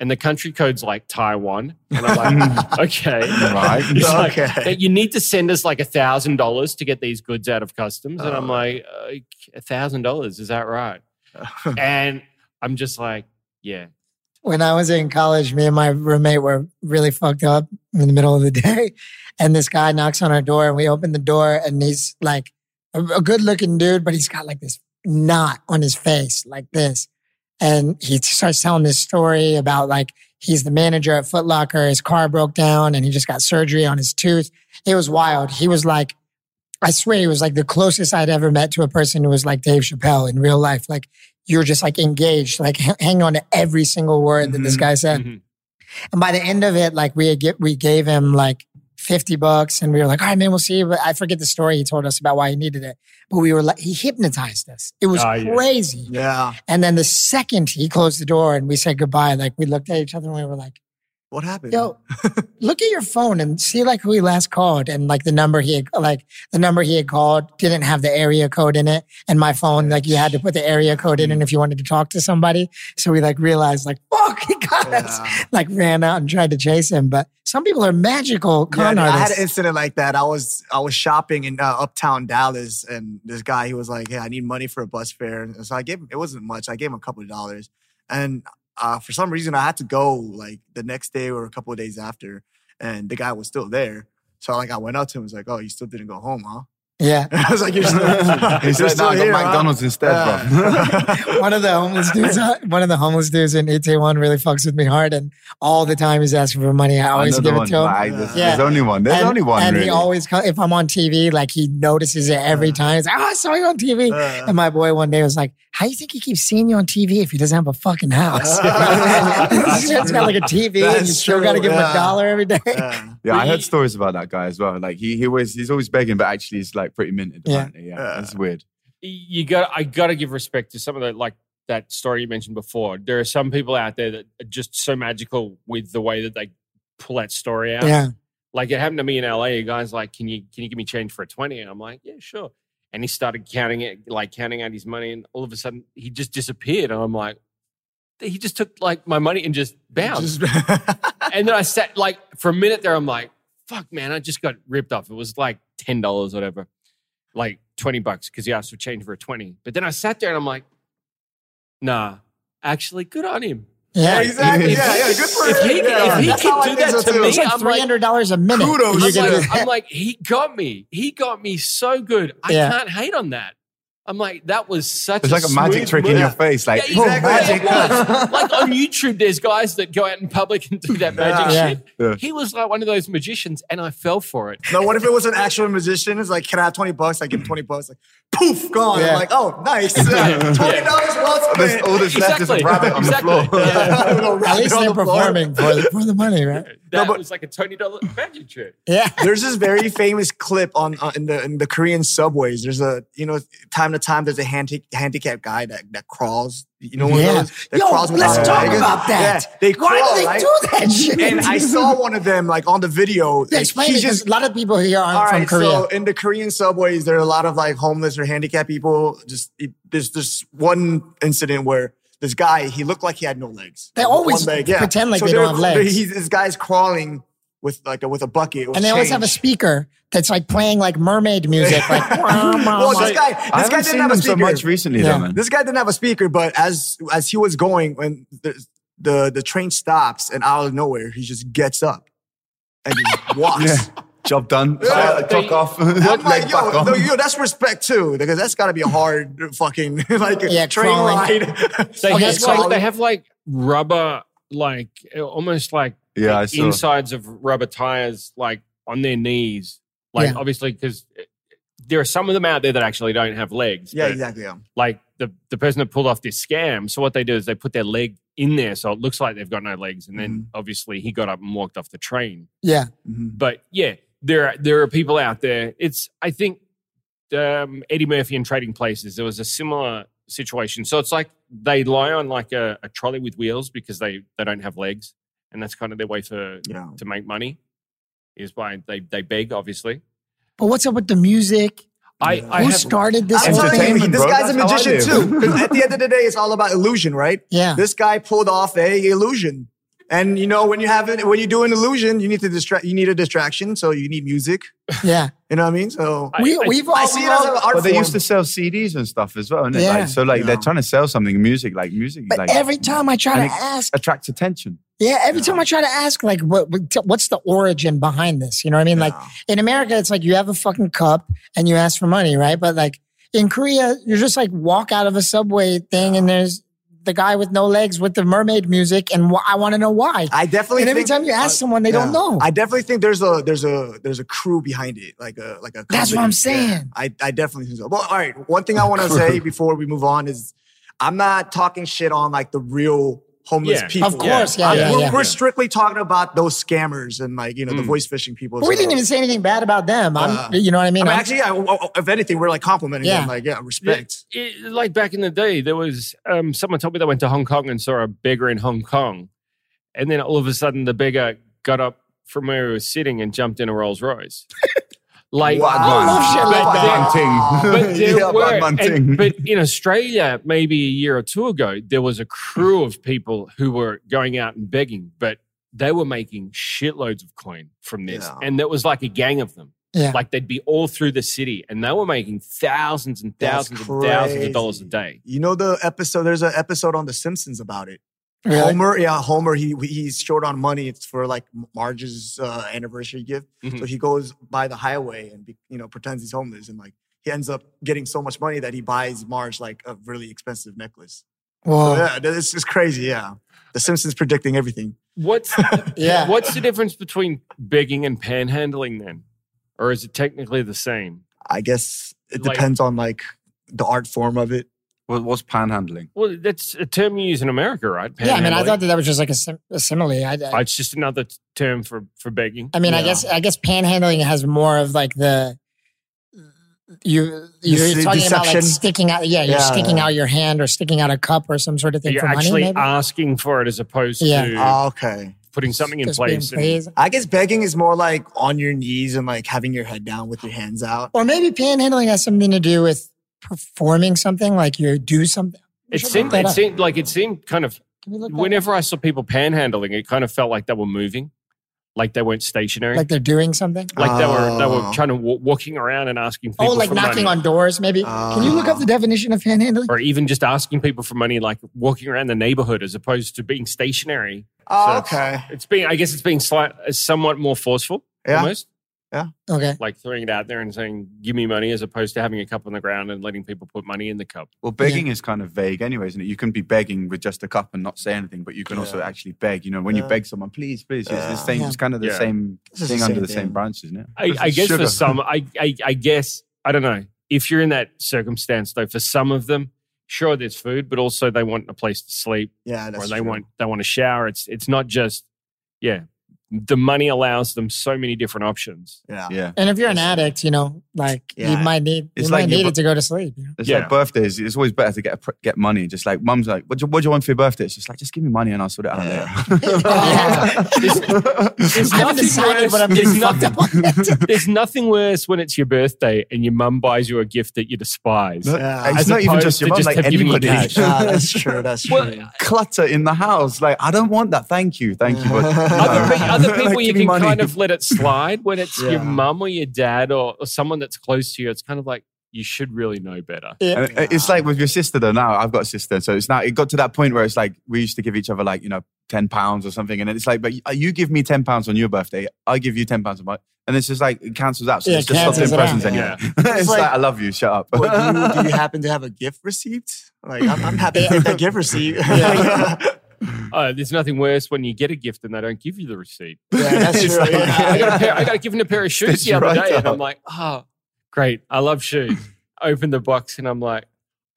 S7: and the country code's like Taiwan, and I'm like, "Okay."
S4: right.
S7: He's like,
S6: okay.
S7: that you need to send us like a thousand dollars to get these goods out of customs. And I'm
S6: Oh.
S7: like, "Uh, a thousand dollars, is that right? and I'm just like, yeah.
S5: when I was in college, me and my roommate were really fucked up in the middle of the day. And this guy knocks on our door and we open the door and he's like a, good looking dude, but he's got like this knot on his face like this. And he starts telling this story about like he's the manager at Foot Locker. His car broke down and he just got surgery on his tooth. It was wild. He was like, I swear he was like the closest I'd ever met to a person who was like Dave Chappelle in real life. Like you're just like engaged, like h- hang on to every single word that this
S6: Mhm.
S5: guy said.
S7: Mhm.
S5: And by the end of it, like we had get, we gave him like 50 bucks and we were like, all right, man, we'll see. But I forget the story he told us about why he needed it. But we were like, he hypnotized us. It was
S7: Ah, yeah.
S5: crazy.
S6: Yeah.
S5: And then the second he closed the door and we said goodbye, like we looked at each other and we were like,
S6: What happened?
S5: yo, look at your phone and see like who he last called. And like the number he had, like the number he had called didn't have the area code in it. And my phone, like you had to put the area code
S7: Hmm.
S5: in and if you wanted to talk to somebody. So we like realized like, fuck, he got us.
S6: Yeah.
S5: Like ran out and tried to chase him. But some people are magical con
S6: Yeah, I had
S5: artists.
S6: an incident like that. I was I was shopping in uh, uptown Dallas, and this guy he was like, "Hey, I need money for a bus fare." And so I gave him. It wasn't much. I gave him a couple of dollars, and uh, for some reason I had to go like the next day or a couple of days after, and the guy was still there. So like I went up to him, was like, "Oh, you still didn't go home, huh?"
S5: yeah.
S6: I was like, "You're still,
S4: he
S6: you're
S4: said, no,
S6: still
S4: I got
S6: here, huh?"
S4: McDonald's instead, bro.
S6: Yeah. Uh,
S5: one of the homeless dudes, uh, one of the homeless dudes in Itaewon really fucks with me hard, and all the time he's asking for money. I always
S4: Another
S5: give
S4: one.
S5: it to him.
S4: Like, there's,
S5: Yeah.
S4: there's only one. There's
S5: and,
S4: only one,
S5: and
S4: really.
S5: he always, co- if I'm on TV, like he notices it every time. He's like, "Oh, I saw you on TV."
S6: Uh.
S5: and my boy one day was like, "How you think he keeps seeing you on TV if he doesn't have a fucking house? He's just got like a TV, and
S6: That's
S5: you still
S6: true,
S5: got to give him a
S6: yeah.
S5: dollar every day."
S6: Yeah.
S4: yeah, I
S7: But
S4: heard
S7: he-
S4: stories about that guy as well. Like he, he always, he's always begging, but actually he's like pretty minted.
S5: Yeah.
S4: apparently. Yeah,
S6: Yeah.
S4: that's weird.
S7: You got I gotta give respect to some of the like that story you mentioned before. There are some people out there that are just so magical with the way that they pull that story out.
S5: Yeah,
S7: Like it happened to me in LA. A guy's like, "Can you can you give me change for a 20? And I'm like, "Yeah, sure." And he started counting it, like counting out his money, and all of a sudden he just disappeared. And I'm like, he just took like my money and just bounced. and then I sat like for a minute there. I'm like, "Fuck, man!" I just got ripped off. It was like ten dollars, whatever, like twenty bucks because he asked for change for a twenty. But then I sat there and I'm like, "Nah, actually, good on him."
S5: yeah.
S6: exactly. Yeah, yeah. Good for
S7: If he,
S6: him. Yeah.
S7: if he
S6: That's
S7: can
S6: how I
S7: do
S6: think
S7: that
S6: so
S7: to
S6: too.
S7: me,
S5: It's like
S7: I'm
S5: three
S7: like,
S5: hundred dollars a minute.
S6: Kudos.
S5: You can
S7: I'm
S5: do
S7: like,
S5: that.
S7: I'm like, he got me. He got me so good. I
S5: Yeah.
S7: can't hate on that. I'm like, that was such
S4: It's
S7: a
S4: like a magic
S7: smooth
S4: trick
S7: move.
S4: in your face. Like,
S7: yeah, exactly.
S4: oh,
S7: It was. like on YouTube, there's guys that go out in public and do that magic
S5: Yeah.
S7: shit.
S4: Yeah.
S7: He was like one of those magicians, and I fell for it.
S6: No, what if it was an actual musician? It's like, can I have 20 bucks? I give him 20 bucks. Like, poof, gone.
S5: Yeah.
S6: I'm like, oh, nice. $20 well
S4: There's,
S6: spent.
S4: all that's left is
S7: Exactly.
S4: a rabbit on
S7: Exactly.
S4: the floor.
S7: Yeah.
S6: Little
S5: At
S6: rabbit
S5: least
S6: on
S5: they're
S6: the floor.
S5: performing for, for the money, right?
S7: That
S6: but-
S7: was like a Tony Dollar magic trick.
S5: Yeah.
S6: There's this very famous clip on uh, in the in the Korean subways. There's a you know time to time there's a handi- handicapped guy that that crawls. You know one
S5: Yeah.
S6: of those that
S5: Yo,
S6: crawls with
S5: let's
S6: his
S5: talk
S6: legs?
S5: about that.
S6: Yeah, they crawl,
S5: Why do they
S6: right?
S5: do that shit?
S6: And I saw one of them like on the video. like,
S5: Yeah, explain
S6: he
S5: it, 'cause a lot of people here aren't from Korea.
S6: So in the Korean subways, there are a lot of like homeless or handicapped people. Just it, there's this one incident where this guy he looked like he had no legs.
S5: They
S6: Like, one
S5: always
S6: leg,
S5: pretend like they
S6: they're-
S5: don't have legs.
S6: He's, this guy's crawling with like a, with a bucket. With
S5: and they always have a
S6: change.
S5: speaker that's like playing like mermaid music, like wah, wah,
S6: well,
S5: wah.
S6: this guy,
S4: I
S6: this guy
S4: haven't
S6: didn't
S4: seen
S6: have
S4: him
S6: a
S4: so
S6: speaker.
S4: much recently,
S5: Yeah.
S4: though, man.
S6: This guy didn't have a speaker, but as as he was going, when the the, the train stops, and out of nowhere, he just gets up and just walks.
S4: Job done.
S7: Yeah.
S4: Clock off.
S6: I'm
S4: Leg
S6: like, yo,
S4: back on.
S6: no, yo, that's respect too, because that's got to be a hard fucking like
S5: Yeah,
S6: train
S5: crawling.
S6: ride.
S7: They,
S5: Okay,
S7: have,
S5: so-
S7: like, Oh, they have like rubber, like almost like
S4: Yeah, I
S7: like,
S4: saw.
S7: insides of rubber tires like on their knees like
S5: Yeah.
S7: obviously because there are some of them out there that actually don't have legs.
S6: Yeah,
S7: but,
S6: exactly. Yeah.
S7: Like the the person that pulled off this scam. So what they do is they put their leg in there, so it looks like they've got no legs, and then
S4: Mm-hmm.
S7: obviously he got up and walked off the train.
S5: Yeah.
S6: Mhm.
S7: But yeah, there are, there are people out there. It's I think um, Eddie Murphy in Trading Places. There was a similar situation. So it's like they lie on like a, a trolley with wheels because they they don't have legs, and that's kind of their way to
S6: Yeah.
S7: to make money is by they they beg obviously.
S5: But what's up with the music?
S7: I, I
S5: Who
S7: have,
S5: started this
S6: I'm
S5: whole
S6: telling you,
S5: thing?
S4: Entertainment,
S6: this
S4: bro.
S6: guy's a
S4: That's how I
S6: magician
S4: live.
S6: too. 'Cause at the end of the day, it's all about illusion, right?
S5: Yeah.
S6: This guy pulled off a illusion. And you know, when you have it, when you do an illusion, you need to distract. You need a distraction, so you need music.
S5: Yeah.
S6: You know what I mean? So
S7: I-
S5: We,
S7: I-
S5: we've all,
S6: I see it as an art
S4: But they
S6: form.
S4: used to sell CDs and stuff as well, innit?
S5: Yeah.
S4: Like, so like
S6: Yeah.
S4: they're trying to sell something, music, like music,
S5: but
S4: like
S5: every time I try
S4: and
S5: to
S4: it
S5: ask,
S4: attracts attention.
S5: yeah, every time I try to ask, like, what, what- what's the origin behind this? You know what I mean? Like, in America, it's like you have a fucking cup and you ask for money, right? But like in Korea, you just like walk out of a subway thing and there's the guy with no legs with the mermaid music, and wh- I want to know why.
S6: I definitely
S5: and every
S6: think-
S5: time you ask someone, they don't
S6: Yeah.
S5: know.
S6: I definitely think there's a there's a there's a crew behind it, like a like a.
S5: That's what I'm
S6: company. Yeah.
S5: saying.
S6: I I definitely think so. Well, all right. One thing I want to say before we move on is, I'm not talking shit on like the real homeless
S7: Yeah. Of
S6: people.
S5: of course, yeah,
S6: I'm-
S5: yeah, yeah.
S6: we're, we're strictly talking about those scammers and like you know
S7: Mm.
S6: the voice phishing people.
S5: But we didn't even say anything bad about them. I'm,
S6: Uh,
S5: you know what I mean?
S6: I mean,
S5: I'm-
S6: actually, yeah, w- w- if anything, we're like complimenting
S5: Yeah.
S6: them. Like, yeah,
S7: Yeah,
S6: respect.
S7: it- like back in the day, there was um, someone told me they went to Hong Kong and saw a beggar in Hong Kong, and then all of a sudden the beggar got up from where he was sitting and jumped in a Rolls Royce. like
S5: I love shit like
S7: But
S5: that.
S7: then- But there
S4: Yeah,
S7: were,
S4: Batman
S7: and-
S4: thing.
S7: but in Australia, maybe a year or two ago, there was a crew of people who were going out and begging, but they were making shitloads of coin from this,
S6: Yeah.
S7: and that was like a gang of them.
S5: Yeah.
S7: Like they'd be all through the city, and they were making thousands and
S6: That's
S7: thousands and thousands of
S6: crazy.
S7: dollars a day.
S6: You know the episode. There's an episode on The Simpsons about it.
S5: Really?
S6: Homer, yeah, Homer. He he's short on money. It's for like Marge's uh, anniversary gift,
S7: Mhm.
S6: so he goes by the highway and be, you know pretends he's homeless, and like he ends up getting so much money that he buys Marge like a really expensive necklace.
S5: Whoa.
S6: Yeah, this is crazy. Yeah, The Simpsons predicting everything.
S7: What's
S5: Yeah.
S7: What's the difference between begging and panhandling then, or is it technically the same?
S6: I guess it
S7: Like-
S6: depends on like the art form of it.
S4: What, what's panhandling?
S7: Well, that's a term you use in America, right?
S5: Yeah, I mean, I
S7: Panhandling.
S5: thought that that was just like a, sim- a simile. I, I,
S7: it's just another t- term for for begging.
S5: I mean, I guess I guess panhandling has more of like the you you're
S6: Dece-
S5: talking about like
S6: deception.
S5: sticking out. Yeah, you're
S6: Yeah,
S5: sticking
S6: yeah.
S5: out your hand or sticking out a cup or some sort of thing
S7: You're
S5: for money.
S7: actually um,
S5: maybe?
S7: asking for it as opposed
S5: Yeah. Oh,
S7: to
S6: Ah, okay.
S7: putting something in
S5: Just being
S7: place. and-
S5: praised.
S6: I guess begging is more like on your knees and like having your head down with your hands out.
S5: Or maybe panhandling has something to do with performing something, like you do something.
S7: it
S5: Should
S7: seemed
S5: look that
S7: it
S5: up.
S7: seemed like it seemed kind of
S5: Can we look that up?
S7: whenever I saw people panhandling, it kind of felt like they were moving, like they weren't stationary,
S5: like
S7: like,
S5: they're doing something.
S7: they were they were
S6: Oh.
S7: trying to wa- walking around and asking people
S5: Oh, like
S7: for
S5: knocking
S7: money. Ah.
S5: on doors, maybe. Can you look up the definition of panhandling?
S7: or even just asking people for money, like walking around the neighborhood as opposed to being stationary.
S6: Oh,
S7: So it's-
S6: okay.
S7: It's being, I guess, it's being slight, somewhat more forceful,
S6: Yeah.
S7: almost
S5: Okay.
S7: like throwing it out there and saying, "Give me money," as opposed to having a cup on the ground and letting people put money in the cup.
S4: Well, begging is kind of vague, anyway, isn't it? You can be begging with just a cup and not say anything, but you can also actually beg. You know, when you
S6: Yeah.
S4: beg someone, please, please, it's the
S6: Yeah.
S4: same. It's kind of the
S7: Yeah.
S4: same
S6: It's the
S4: thing under
S6: same
S4: the same
S6: thing.
S4: branch, isn't it?
S7: I,
S4: It's
S7: I guess
S4: sugar.
S7: for some, I, I, I guess I don't know if you're in that circumstance though. For some of them, sure, there's food, but also they want a place to sleep
S6: Yeah, that's
S7: or they
S6: true.
S7: want they want a shower. It's it's not just yeah. The money allows them so many different options.
S6: Yeah.
S4: yeah.
S5: And if you're an addict, you know, like you
S6: Yeah.
S5: might need you
S4: It's
S5: might
S4: like you
S5: need
S4: bu-
S5: it to go to sleep. you know?
S4: It's
S7: Yeah.
S4: like birthdays. It's always better to get a, pr- get money. Just like mum's like, what do, you- what do you want for your birthday? It's just like, just give me money and I'll sort it out later.
S5: I haven't
S7: nothing
S5: decided
S7: worse.
S5: what I'm
S7: There's
S5: getting fucked up on yet.
S7: There's nothing worse when it's your birthday and your mum buys you a gift that you despise.
S6: Yeah.
S4: It's
S7: As
S4: not even
S7: opposed
S4: just your
S7: to
S4: mum,
S7: just
S4: like
S7: have given you
S4: anybody.
S7: cash.
S6: Yeah, Ah, that's true. That's true.
S7: Well,
S4: clutter in the house. Like, I don't want that. Thank you. Thank you. But, you know,
S7: other, pe- other
S4: like,
S7: people you
S4: give me
S7: can
S4: money.
S7: kind of let it slide when it's your
S6: Yeah.
S7: mum or your dad or, or someone that's close to you. It's kind of like you should really know better.
S4: And it- Uh, It's like with your sister though. Now I've got a sister, so it's now it got to that point where it's like we used to give each other like you know ten pounds or something, and it's like, but you- you give me ten pounds on your birthday, I give you ten pounds on my, and it's just like it cancels out. So
S5: Yeah,
S4: it's just stop doing
S5: cancels it out,
S4: presents anymore.
S7: yeah.
S4: it's
S6: It's
S4: like,
S6: like-
S4: I love you. Shut up.
S6: What, do, you, do you happen to have a gift receipt? Like, I'm, I'm happy to take that gift receipt. yeah.
S7: Uh, there's nothing worse when you get a gift and they don't give you the receipt.
S6: that's
S4: It's
S6: true.
S4: like-
S6: yeah.
S7: I got a pair, I got given a pair of shoes
S4: Stitch
S7: the other
S4: right
S7: day, and
S4: up.
S7: I'm like, oh, Great. I love shoes. Open the box and I'm like,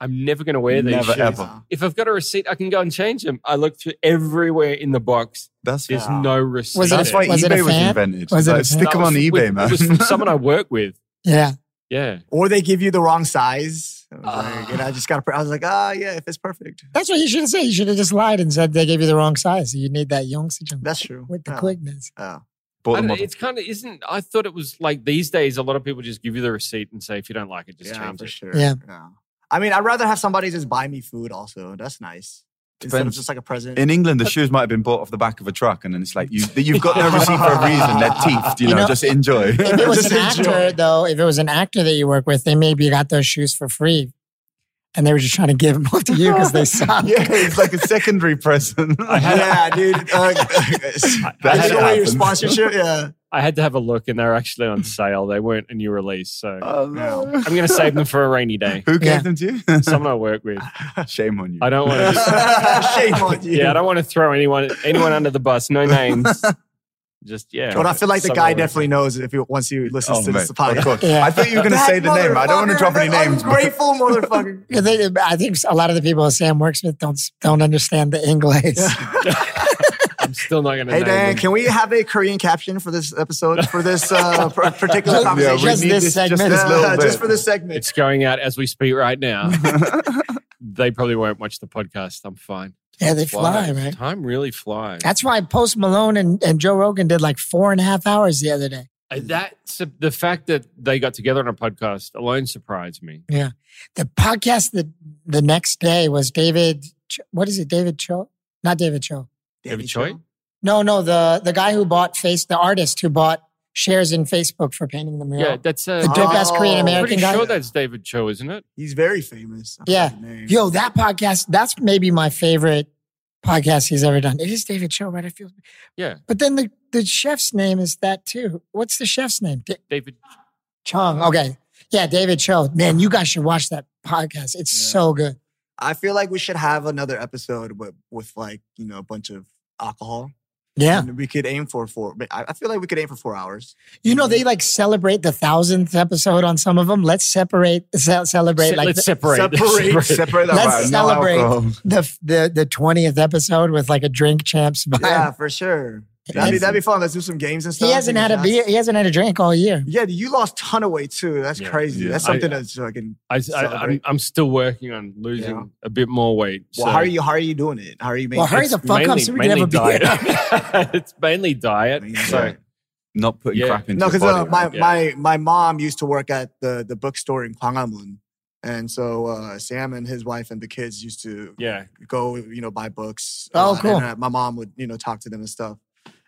S7: I'm never going to wear these
S4: Never
S7: shoes.
S4: ever.
S7: If I've got a receipt, I can go and change them. I looked through everywhere in the box.
S4: That's
S7: There's no receipt.
S5: Was it
S4: that's
S5: a-
S4: why
S5: was it a
S4: eBay was
S5: fan?
S4: invented.
S5: Was it
S4: Like,
S5: a fan?
S4: stick them on
S7: That was
S4: eBay,
S7: with-
S4: man.
S7: It was from someone I work with.
S5: Yeah.
S7: Yeah.
S6: Or they give you the wrong size. I was like, and I just got, I was like, ah, yeah, if it's perfect.
S5: That's what you should have said. You should have just lied and said they gave you the wrong size. You need that young situation
S6: That's true.
S5: with the
S6: Yeah.
S5: quickness.
S6: Yeah.
S4: Bought
S7: I
S4: them
S7: don't-
S4: off-
S7: it's kind of isn't. I thought it was like these days, a lot of people just give you the receipt and say, if you don't like it, just
S6: yeah,
S7: change
S6: for
S7: it.
S6: sure.
S5: Yeah.
S6: I mean, I'd rather have somebody just buy me food also. That's nice. Instead of
S4: Depends.
S6: just like a present.
S4: In England, the shoes might have been bought off the back of a truck, and then it's like you, you've got no receipt for a reason. They're teethed, you,
S5: You
S4: know,
S5: know,
S4: Just enjoy.
S5: If it was
S6: Just
S5: an
S6: enjoy.
S5: actor, though, if it was an actor that you work with, they maybe got those shoes for free, and they were just trying to give them up to you because they suck.
S4: yeah, it's like a secondary present.
S6: yeah, dude. Uh,
S4: That
S6: take away your
S4: happens.
S6: sponsorship. Yeah.
S7: I had to have a look, and they were actually on sale. They weren't a new release, so
S4: Oh, no.
S7: I'm going to save them for a rainy day.
S4: Who gave
S5: Yeah.
S4: them to you?
S7: Someone I work with.
S4: Shame on you.
S7: I don't want to. Just,
S6: Shame on you.
S7: yeah, I don't want to throw anyone anyone under the bus. No names. Just yeah.
S6: But I feel like the
S7: someone I
S6: guy
S7: work with.
S6: definitely knows if he once he listens
S4: Oh,
S6: to
S4: mate,
S6: this
S4: of
S6: podcast.
S4: course.
S5: Yeah.
S4: I thought you were going to
S6: That
S4: say the name. I don't want to drop any
S6: motherfucker, that
S4: names. but-
S6: Ungrateful motherfucker.
S5: I think- I think a lot of the people Sam works with don't don't understand the English.
S7: I'm still not going to.
S6: Hey
S7: name
S6: Dan,
S7: them.
S6: can we have a Korean caption for this episode for this uh, par- particular
S5: Yeah, we
S6: conversation?
S5: Just this segment.
S6: Uh,
S4: little bit.
S6: just for this segment.
S7: It's going out as we speak right now. they probably won't watch the podcast. I'm fine.
S5: Yeah, they fly,
S7: Flies.
S5: right?
S7: Time really flies.
S5: That's why Post Malone and, and Joe Rogan did like four and a half hours the other day.
S7: Uh, That's the fact that they got together on a podcast alone surprised me.
S5: The podcast the the next day was David. Ch- What is it? David Cho? Not David Cho.
S7: David Choi?
S5: No, no. The the guy who bought face the artist who bought shares in Facebook for painting the mural.
S7: Yeah, that's uh,
S5: the dope ass
S6: Oh,
S5: Korean
S7: I'm pretty
S5: American guy.
S7: sure that's David Cho, isn't it?
S6: He's very famous. I forgot
S5: Yeah.
S6: his name.
S5: Yo, that podcast. That's maybe my favorite podcast he's ever done. It is David Cho, right? I feel.
S7: Yeah.
S5: But then the the chef's name is that too. What's the chef's name? Da-
S7: David.
S5: Chung. Okay. Yeah, David Cho. Man, you guys should watch that podcast. It's
S6: Yeah.
S5: so good.
S6: I feel like we should have another episode with, with like, you know, a bunch of alcohol.
S5: Yeah.
S6: And we could aim for four. but I I feel like we could aim for four hours.
S5: You know, they
S7: Mm-hmm.
S5: like celebrate the thousandth episode on some of them. Let's separate, ce- celebrate
S7: Se-
S5: like
S7: let's
S5: the,
S7: separate.
S6: Separate.
S4: Separate that
S5: Let's
S4: out. No
S5: celebrate.
S4: alcohol.
S5: the, the, the 20th episode with like a drink champs. vibe.
S6: Yeah, for sure. That'd be,
S4: Amazing.
S6: that'd be fun. Let's do some games and stuff.
S5: He hasn't
S6: Take
S5: had a
S6: shots.
S5: beer. He hasn't had a drink all year.
S6: Yeah, you lost ton of weight too. That's
S7: Yeah.
S6: crazy.
S4: Yeah.
S6: That's
S7: I-
S6: something that's fucking.
S7: I, am
S6: Celebrate.
S7: I'm still working on losing
S6: Yeah.
S7: a bit more weight.
S6: Well,
S7: so
S6: how are you? oh, How are you doing it? How are you making?
S5: Well, hurry
S6: it's
S5: the fuck up
S7: mainly-
S5: so we can have a beer.
S7: mainly diet. it's mainly diet.
S6: mainly
S7: So
S6: diet.
S4: Not putting
S7: Yeah.
S4: crap into
S6: no,
S4: your
S6: because
S4: body.
S6: uh, my,
S7: Yeah.
S6: my my mom used to work at the the bookstore in Gwangamun, and so uh, Sam and his wife and the kids used to
S7: yeah,
S6: go, you know, buy books. a
S5: Oh,
S6: lot,
S5: cool.
S6: And, uh, my mom would, you know, talk to them and stuff.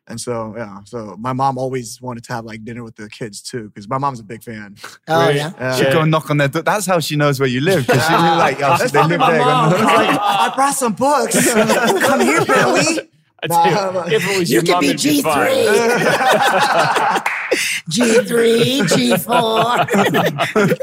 S6: And so, yeah. So my mom always wanted to have like dinner with the kids too, because my mom's a big fan.
S5: Oh,
S7: Wait.
S5: yeah.
S6: Uh,
S4: She'd go and knock on their door. That's how she knows where you live. Because she
S6: Yeah.
S4: knew, like, oh,
S6: That's
S4: they
S6: probably
S4: live
S6: my
S4: there.
S6: mom. She's like, I brought some books. Come here, Billy.
S7: I'd
S6: Nah,
S7: say if it was
S5: You
S7: your
S5: can
S7: mum,
S5: be
S7: it'd be fine.
S5: G3, G3, G4.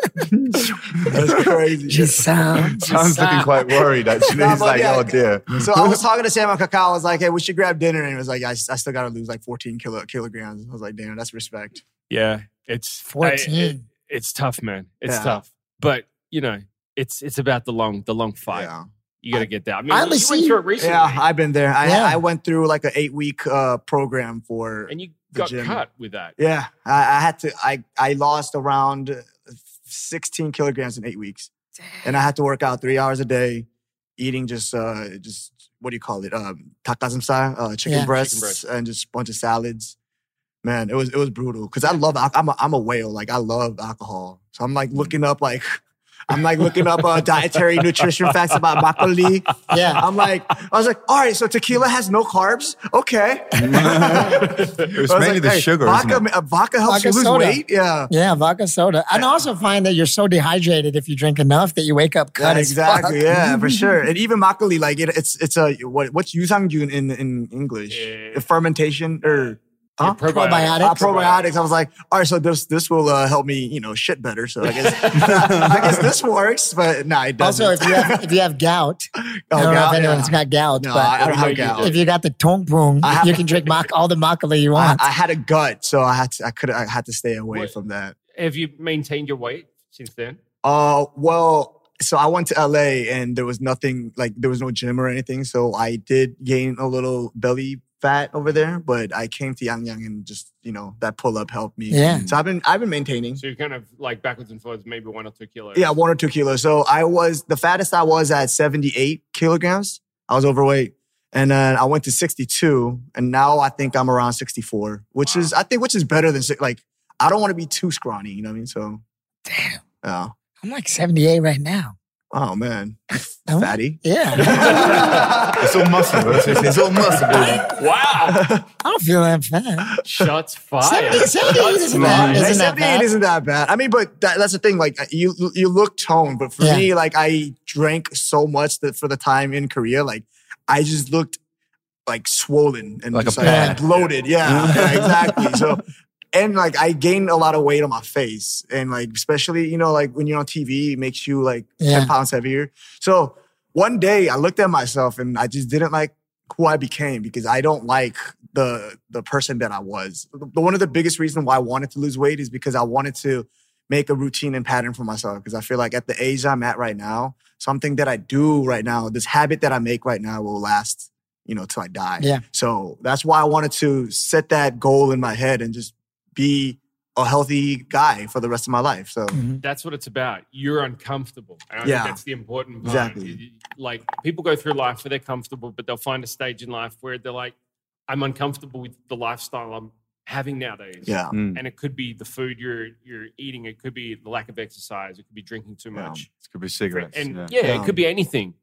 S6: That's crazy.
S5: G sound. G
S4: Sam's looking
S5: sound.
S4: quite worried, actually.
S6: Nah,
S4: He's
S6: but
S4: like,
S6: yeah.
S4: oh, dear.
S6: So I was talking to Sam and Kakao. I was like, hey, we should grab dinner. And he was like, I, I still got to lose like 14 kilo, kilograms. I was like, damn, that's respect.
S7: Yeah, it's I-
S5: 14.
S7: it- it's tough, man. It's
S6: Yeah.
S7: tough, but you know, it's it's about the long the long fight.
S6: Yeah.
S7: You got to get there. I mean,
S5: I only
S7: you went
S5: see-
S7: through it recently,
S6: Yeah, I've been there. I,
S5: Yeah.
S6: I went through like an eight week uh, program for
S7: and you
S6: the
S7: got
S6: gym.
S7: cut with that.
S6: Yeah, I, I had to. I I lost around 16 kilograms in eight weeks, and I had to work out three hours a day, eating just uh just what do you call it? Um, takasamsa, uh, chicken,
S5: Yeah.
S6: breasts,
S7: Chicken breasts.
S6: and just a bunch of salads. Man, it was it was brutal because I love. al- I'm a, I'm a whale. Like I love alcohol, so I'm like looking up like. I'm like looking up uh, dietary nutrition facts about broccoli.
S5: Yeah.
S6: I'm like, I was like, all right, so tequila has no carbs. Okay.
S4: it was
S6: I was
S4: mainly
S6: like,
S4: the
S6: hey,
S4: sugar,
S6: Vodka,
S4: isn't it?
S6: uh, vodka helps
S5: Vodka
S6: you lose
S5: soda.
S6: weight. Yeah.
S5: Yeah, vodka soda. And I also find that you're so dehydrated if you drink enough that you wake up cut
S6: Yeah,
S5: as fuck.
S6: exactly. Yeah, for sure. And even makgeolli, like it, it's it's a what what's yusangyun in in English?
S7: Yeah.
S6: Fermentation or huh?
S7: Probiotics.
S5: Probiotics.
S6: Uh, probiotics. I was like, all right, so this this will uh, help me, you know, shit better. So I guess I guess this works, but nah, it doesn't.
S5: Also, if you have if you have gout,
S6: Oh,
S5: I don't know
S6: gout,
S5: if anyone's
S6: yeah.
S5: got gout,
S6: no,
S5: but
S6: I I don't have
S7: Everybody
S6: gout.
S5: if you got the tongpung,
S6: I have-
S5: you can drink mock all the makgeolli you
S6: I,
S5: want.
S6: I had a gut, so I had to, I could I had to stay away
S7: What-
S6: from that.
S7: Have you maintained your weight since then?
S6: Uh, well, so I went to LA and there was nothing like there was no gym or anything. So I did gain a little belly fat over there, but I came to Yang Yang and just you know that pull up helped me.
S5: Yeah.
S6: So I've been I've been maintaining.
S7: So you're kind of like backwards and forwards, maybe one or two kilos.
S6: Yeah, one or two kilos. So I was the fattest I was at 78 kilograms. I was overweight. And then I went to 62. And now I think I'm around 64, which is I think which is better than si- like I don't want to be too scrawny, you know what I mean? So
S5: Damn.
S6: yeah.
S5: I'm like 78 right now.
S6: Oh man.
S5: Oh.
S6: Fatty.
S5: Yeah.
S4: It's all muscle. bro. It's, it's all muscle. Baby.
S7: Wow.
S5: I don't feel that fat.
S7: Shots fired.
S5: 70, 78 isn't that,
S7: Right.
S5: isn't
S6: 78
S5: that bad.
S6: isn't that bad. I mean, but that, that's the thing. Like uh, you, you look toned, but for
S5: Yeah.
S6: me, like I drank so much that for the time in Korea, like I just looked like swollen and
S4: Like a
S6: just
S5: pad.
S6: like bloated. Yeah, yeah, exactly. So. And like I gained a lot of weight on my face, and like especially you know like when you're on TV, it makes you like
S5: Yeah.
S6: ten pounds heavier. So one day I looked at myself and I just didn't like who I became because I don't like the the person that I was. The, one of the biggest reasons why I wanted to lose weight is because I wanted to make a routine and pattern for myself because I feel like at the age I'm at right now, something that I do right now, this habit that I make right now will last, you know, till I die.
S5: Yeah.
S6: So that's why I wanted to set that goal in my head and just be a healthy guy for the rest of my life. So
S5: Mm-hmm.
S7: that's what it's about. You're uncomfortable. And I
S6: Yeah.
S7: think that's the important part.
S6: Exactly.
S7: You- you- Like people go through life where they're comfortable, but they'll find a stage in life where they're like, I'm uncomfortable with the lifestyle I'm having nowadays.
S6: yeah.
S4: Mm.
S7: And it could be the food you're you're eating, it could be the lack of exercise, it could be drinking too
S6: Yeah.
S7: much.
S4: It could be cigarettes.
S7: And
S4: yeah.
S7: yeah, it could be anything.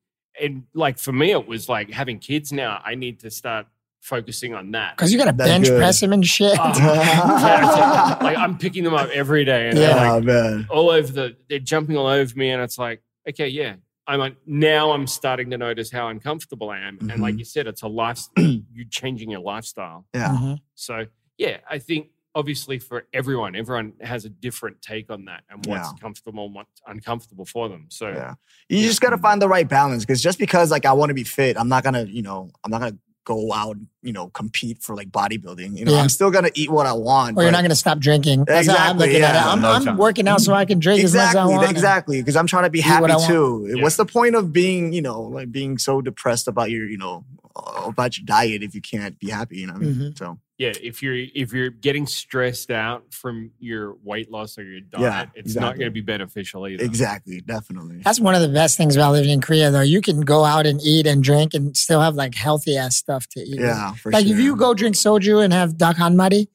S7: And like for me, it was like having kids now, I need to start focusing on that.
S5: Because you got to
S6: That's
S5: bench
S6: good.
S5: press him and shit.
S7: Oh, like I'm picking them up every day and they're
S5: Yeah.
S7: like
S6: Yeah, man.
S7: all over the they're jumping all over me and it's like okay yeah i'm like now i'm starting to notice how uncomfortable i am and like
S6: Mhm.
S7: you said it's a life you changing your lifestyle
S6: Yeah.
S5: Mhm.
S7: so yeah i think obviously for everyone everyone has a different take on that and what's
S6: Yeah.
S7: comfortable and what's uncomfortable for them so
S6: Yeah. You just gotta find the right balance because just because like I want to be fit, I'm not gonna, you know, I'm not gonna go out, and, you know, compete for like bodybuilding. You know,
S5: Yeah.
S6: I'm still gonna eat what I want.
S5: Or you're
S6: but-
S5: not going to stop drinking. That's how I'm
S6: Exactly,
S5: looking at it.
S6: yeah.
S5: I'm,
S4: No
S5: I'm
S4: chance.
S5: working out so I can drink as much as I
S6: exactly,
S5: want.
S6: exactly. Because I'm trying to be
S5: Eat
S6: happy
S5: what I want.
S6: too.
S7: Yeah.
S6: What's the point of being, you know, like being so depressed about your, you know, uh, about your diet if you can't be happy? You know, what I mean?
S5: Mhm.
S6: so
S7: yeah if you're if you're getting stressed out from your weight loss or your diet it's not
S6: exactly.
S7: going to be beneficial either
S6: exactly, definitely.
S5: That's one of the best things about living in Korea, though. You can go out and eat and drink and still have like healthy ass stuff to eat.
S6: yeah, for
S5: like
S6: sure.
S5: if you go drink soju and have dak hanmari,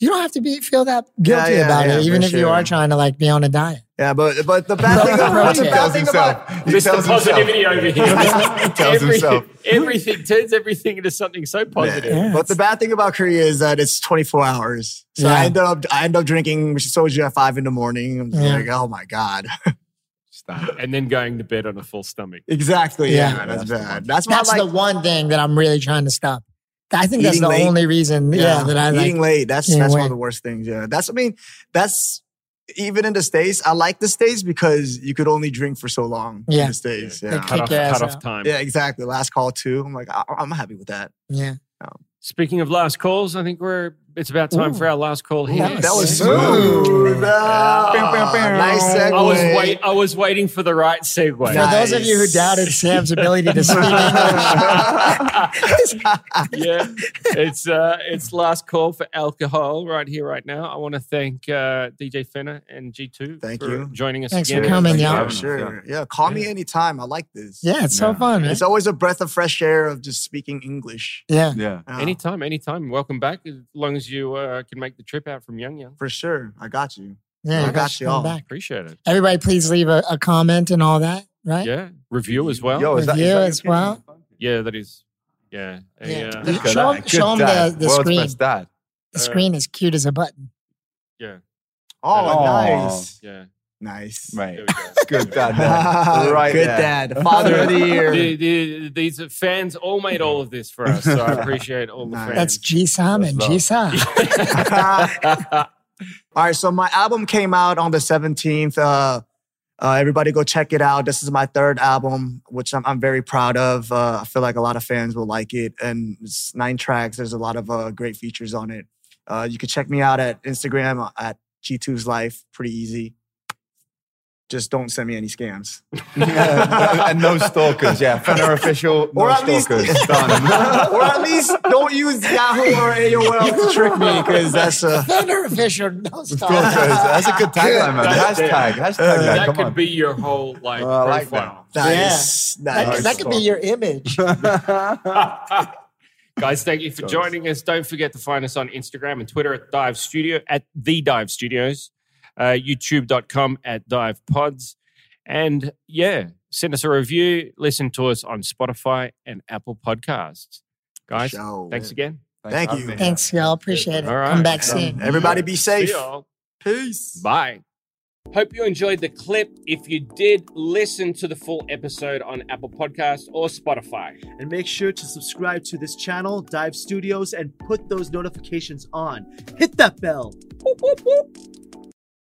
S5: you don't have to be feel that guilty
S6: Yeah, yeah,
S5: about
S6: yeah,
S5: it,
S6: for
S5: even if you are
S6: sure.
S5: trying to like be on a diet.
S6: yeah, but but the bad thing about the
S5: Protein.
S6: bad thing about
S4: He
S7: Mr.
S4: tells himself.
S7: Positivity over here.
S4: tells himself.
S7: Everything turns everything into something so positive.
S5: Yeah.
S6: But the bad thing about Korea is that it's 24 hours. So
S5: Yeah.
S6: I end up I end up drinking soju at five in the morning. I'm just
S5: Yeah.
S6: like, oh my god.
S4: Stand.
S7: And then going to bed on a full stomach.
S6: exactly.
S5: Yeah.
S6: Yeah, that's,
S4: That's the
S6: bad.
S4: one.
S6: That's why
S5: That's
S6: I
S5: the
S6: like
S5: one thing that I'm really trying to stop. I think that's
S6: Eating
S5: the
S6: late.
S5: only reason, yeah, that I like.
S6: eating late. That's
S5: Eating
S6: that's one
S5: late.
S6: of the worst things. Yeah, that's I mean that's even in the states. I like the states because you could only drink for so long
S5: Yeah.
S6: in the states.
S5: They
S6: Yeah.
S5: Kick
S7: Cut off,
S5: your ass
S7: cut off
S5: out.
S7: time.
S6: uh, Yeah, exactly. Last call too. I'm like, I, I'm happy with that.
S5: Yeah,
S7: Speaking of last calls, I think we're it's about time for our last call here.
S5: Nice.
S6: That was
S5: Smooth.
S6: smooth. Ah,
S4: Bam, bam, bam.
S6: nice segue.
S7: I was wait I was waiting for the right segue.
S5: for those of you who
S6: Nice.
S5: doubted Sam's ability to speak English,
S7: yeah, it's uh, it's last call for alcohol right here, right now. I want to thank uh, DJ Fenner and G two.
S6: Thank
S7: for
S6: you.
S7: joining us.
S5: Thanks for
S7: again.
S5: coming,
S4: y'all.
S6: yeah,
S4: Yeah.
S6: sure. Yeah, call me anytime. I like this.
S5: yeah, it's so
S4: Yeah.
S5: fun, man.
S6: It's always a breath of fresh air of just speaking English.
S5: yeah,
S4: Yeah.
S6: Yeah,
S7: Anytime, anytime. Welcome back as long as you uh, can make the trip out from Young Young.
S6: Um, For sure. I got you.
S5: yeah,
S6: I
S5: you
S6: got
S5: guys
S6: you
S5: come
S6: all.
S5: back.
S7: Appreciate it.
S5: Everybody, please leave a, a comment and all that, right?
S7: Yeah. Review as well.
S4: Yo, is that,
S5: With
S4: is
S5: you
S4: that your
S5: as
S4: kid?
S5: well.
S7: Yeah, that is. Yeah. uh,
S5: Yeah.
S7: Yeah.
S5: You
S4: Look at
S5: show
S4: that.
S5: 'em-
S4: Good
S5: show 'em the-
S4: dad.
S5: the
S4: World's
S5: screen.
S4: best dad.
S5: The
S7: Uh,
S5: screen is cute as a button.
S6: Oh,
S4: Oh.
S6: nice.
S7: Yeah.
S6: Nice.
S7: There
S4: Right.
S7: we go.
S4: Good dad. there. Right
S6: Good
S4: there.
S6: dad. Father of the year.
S7: The, the, these fans all made all of this for us, so I appreciate all the
S6: Nice.
S7: fans.
S5: That's G Sam
S4: That's
S5: and
S4: love.
S5: G Sam.
S6: All right, so my album came out on the 17th. Uh, uh, everybody go check it out. This is my third album, which I'm, I'm very proud of. Uh, I feel like a lot of fans will like it. And it's nine tracks, there's a lot of uh, great features on it. Uh, you can check me out at Instagram at G2's life pretty easy. Just don't send me any scams.
S4: and no stalkers. Yeah, Fenner official. No
S6: Or at least-
S4: stalkers. Done.
S6: or at least don't use Yahoo or AOL to trick me because that's uh, a.
S5: Fender official, no
S4: Stalkers.
S5: star.
S4: That's a good tagline, man.
S7: That-
S4: Hashtag. Hashtag that.
S7: that
S4: Come
S7: could
S4: on.
S7: be your whole like
S4: I like
S7: profile.
S6: That
S5: Yeah.
S6: is-
S5: That,
S6: is-
S5: that could be your image.
S7: Guys, thank you for joining us. Don't forget to find us on Instagram and Twitter at Dive Studio, at The Dive Studios, uh, YouTube.com at Dive Pods. And yeah, send us a review. Listen to us on Spotify and Apple Podcasts. Guys,
S6: Show.
S7: thanks again.
S6: Thank
S4: for
S6: you.
S4: having me.
S5: Thanks, y'all. Appreciate it.
S7: All right. Um,
S5: Come back soon.
S6: Everybody be safe.
S7: See y'all.
S6: Peace.
S7: Bye. Hope you enjoyed the clip. If you did, listen to the full episode on Apple Podcasts or Spotify.
S10: And make sure to subscribe to this channel, Dive Studios, and put those notifications on. Hit that bell.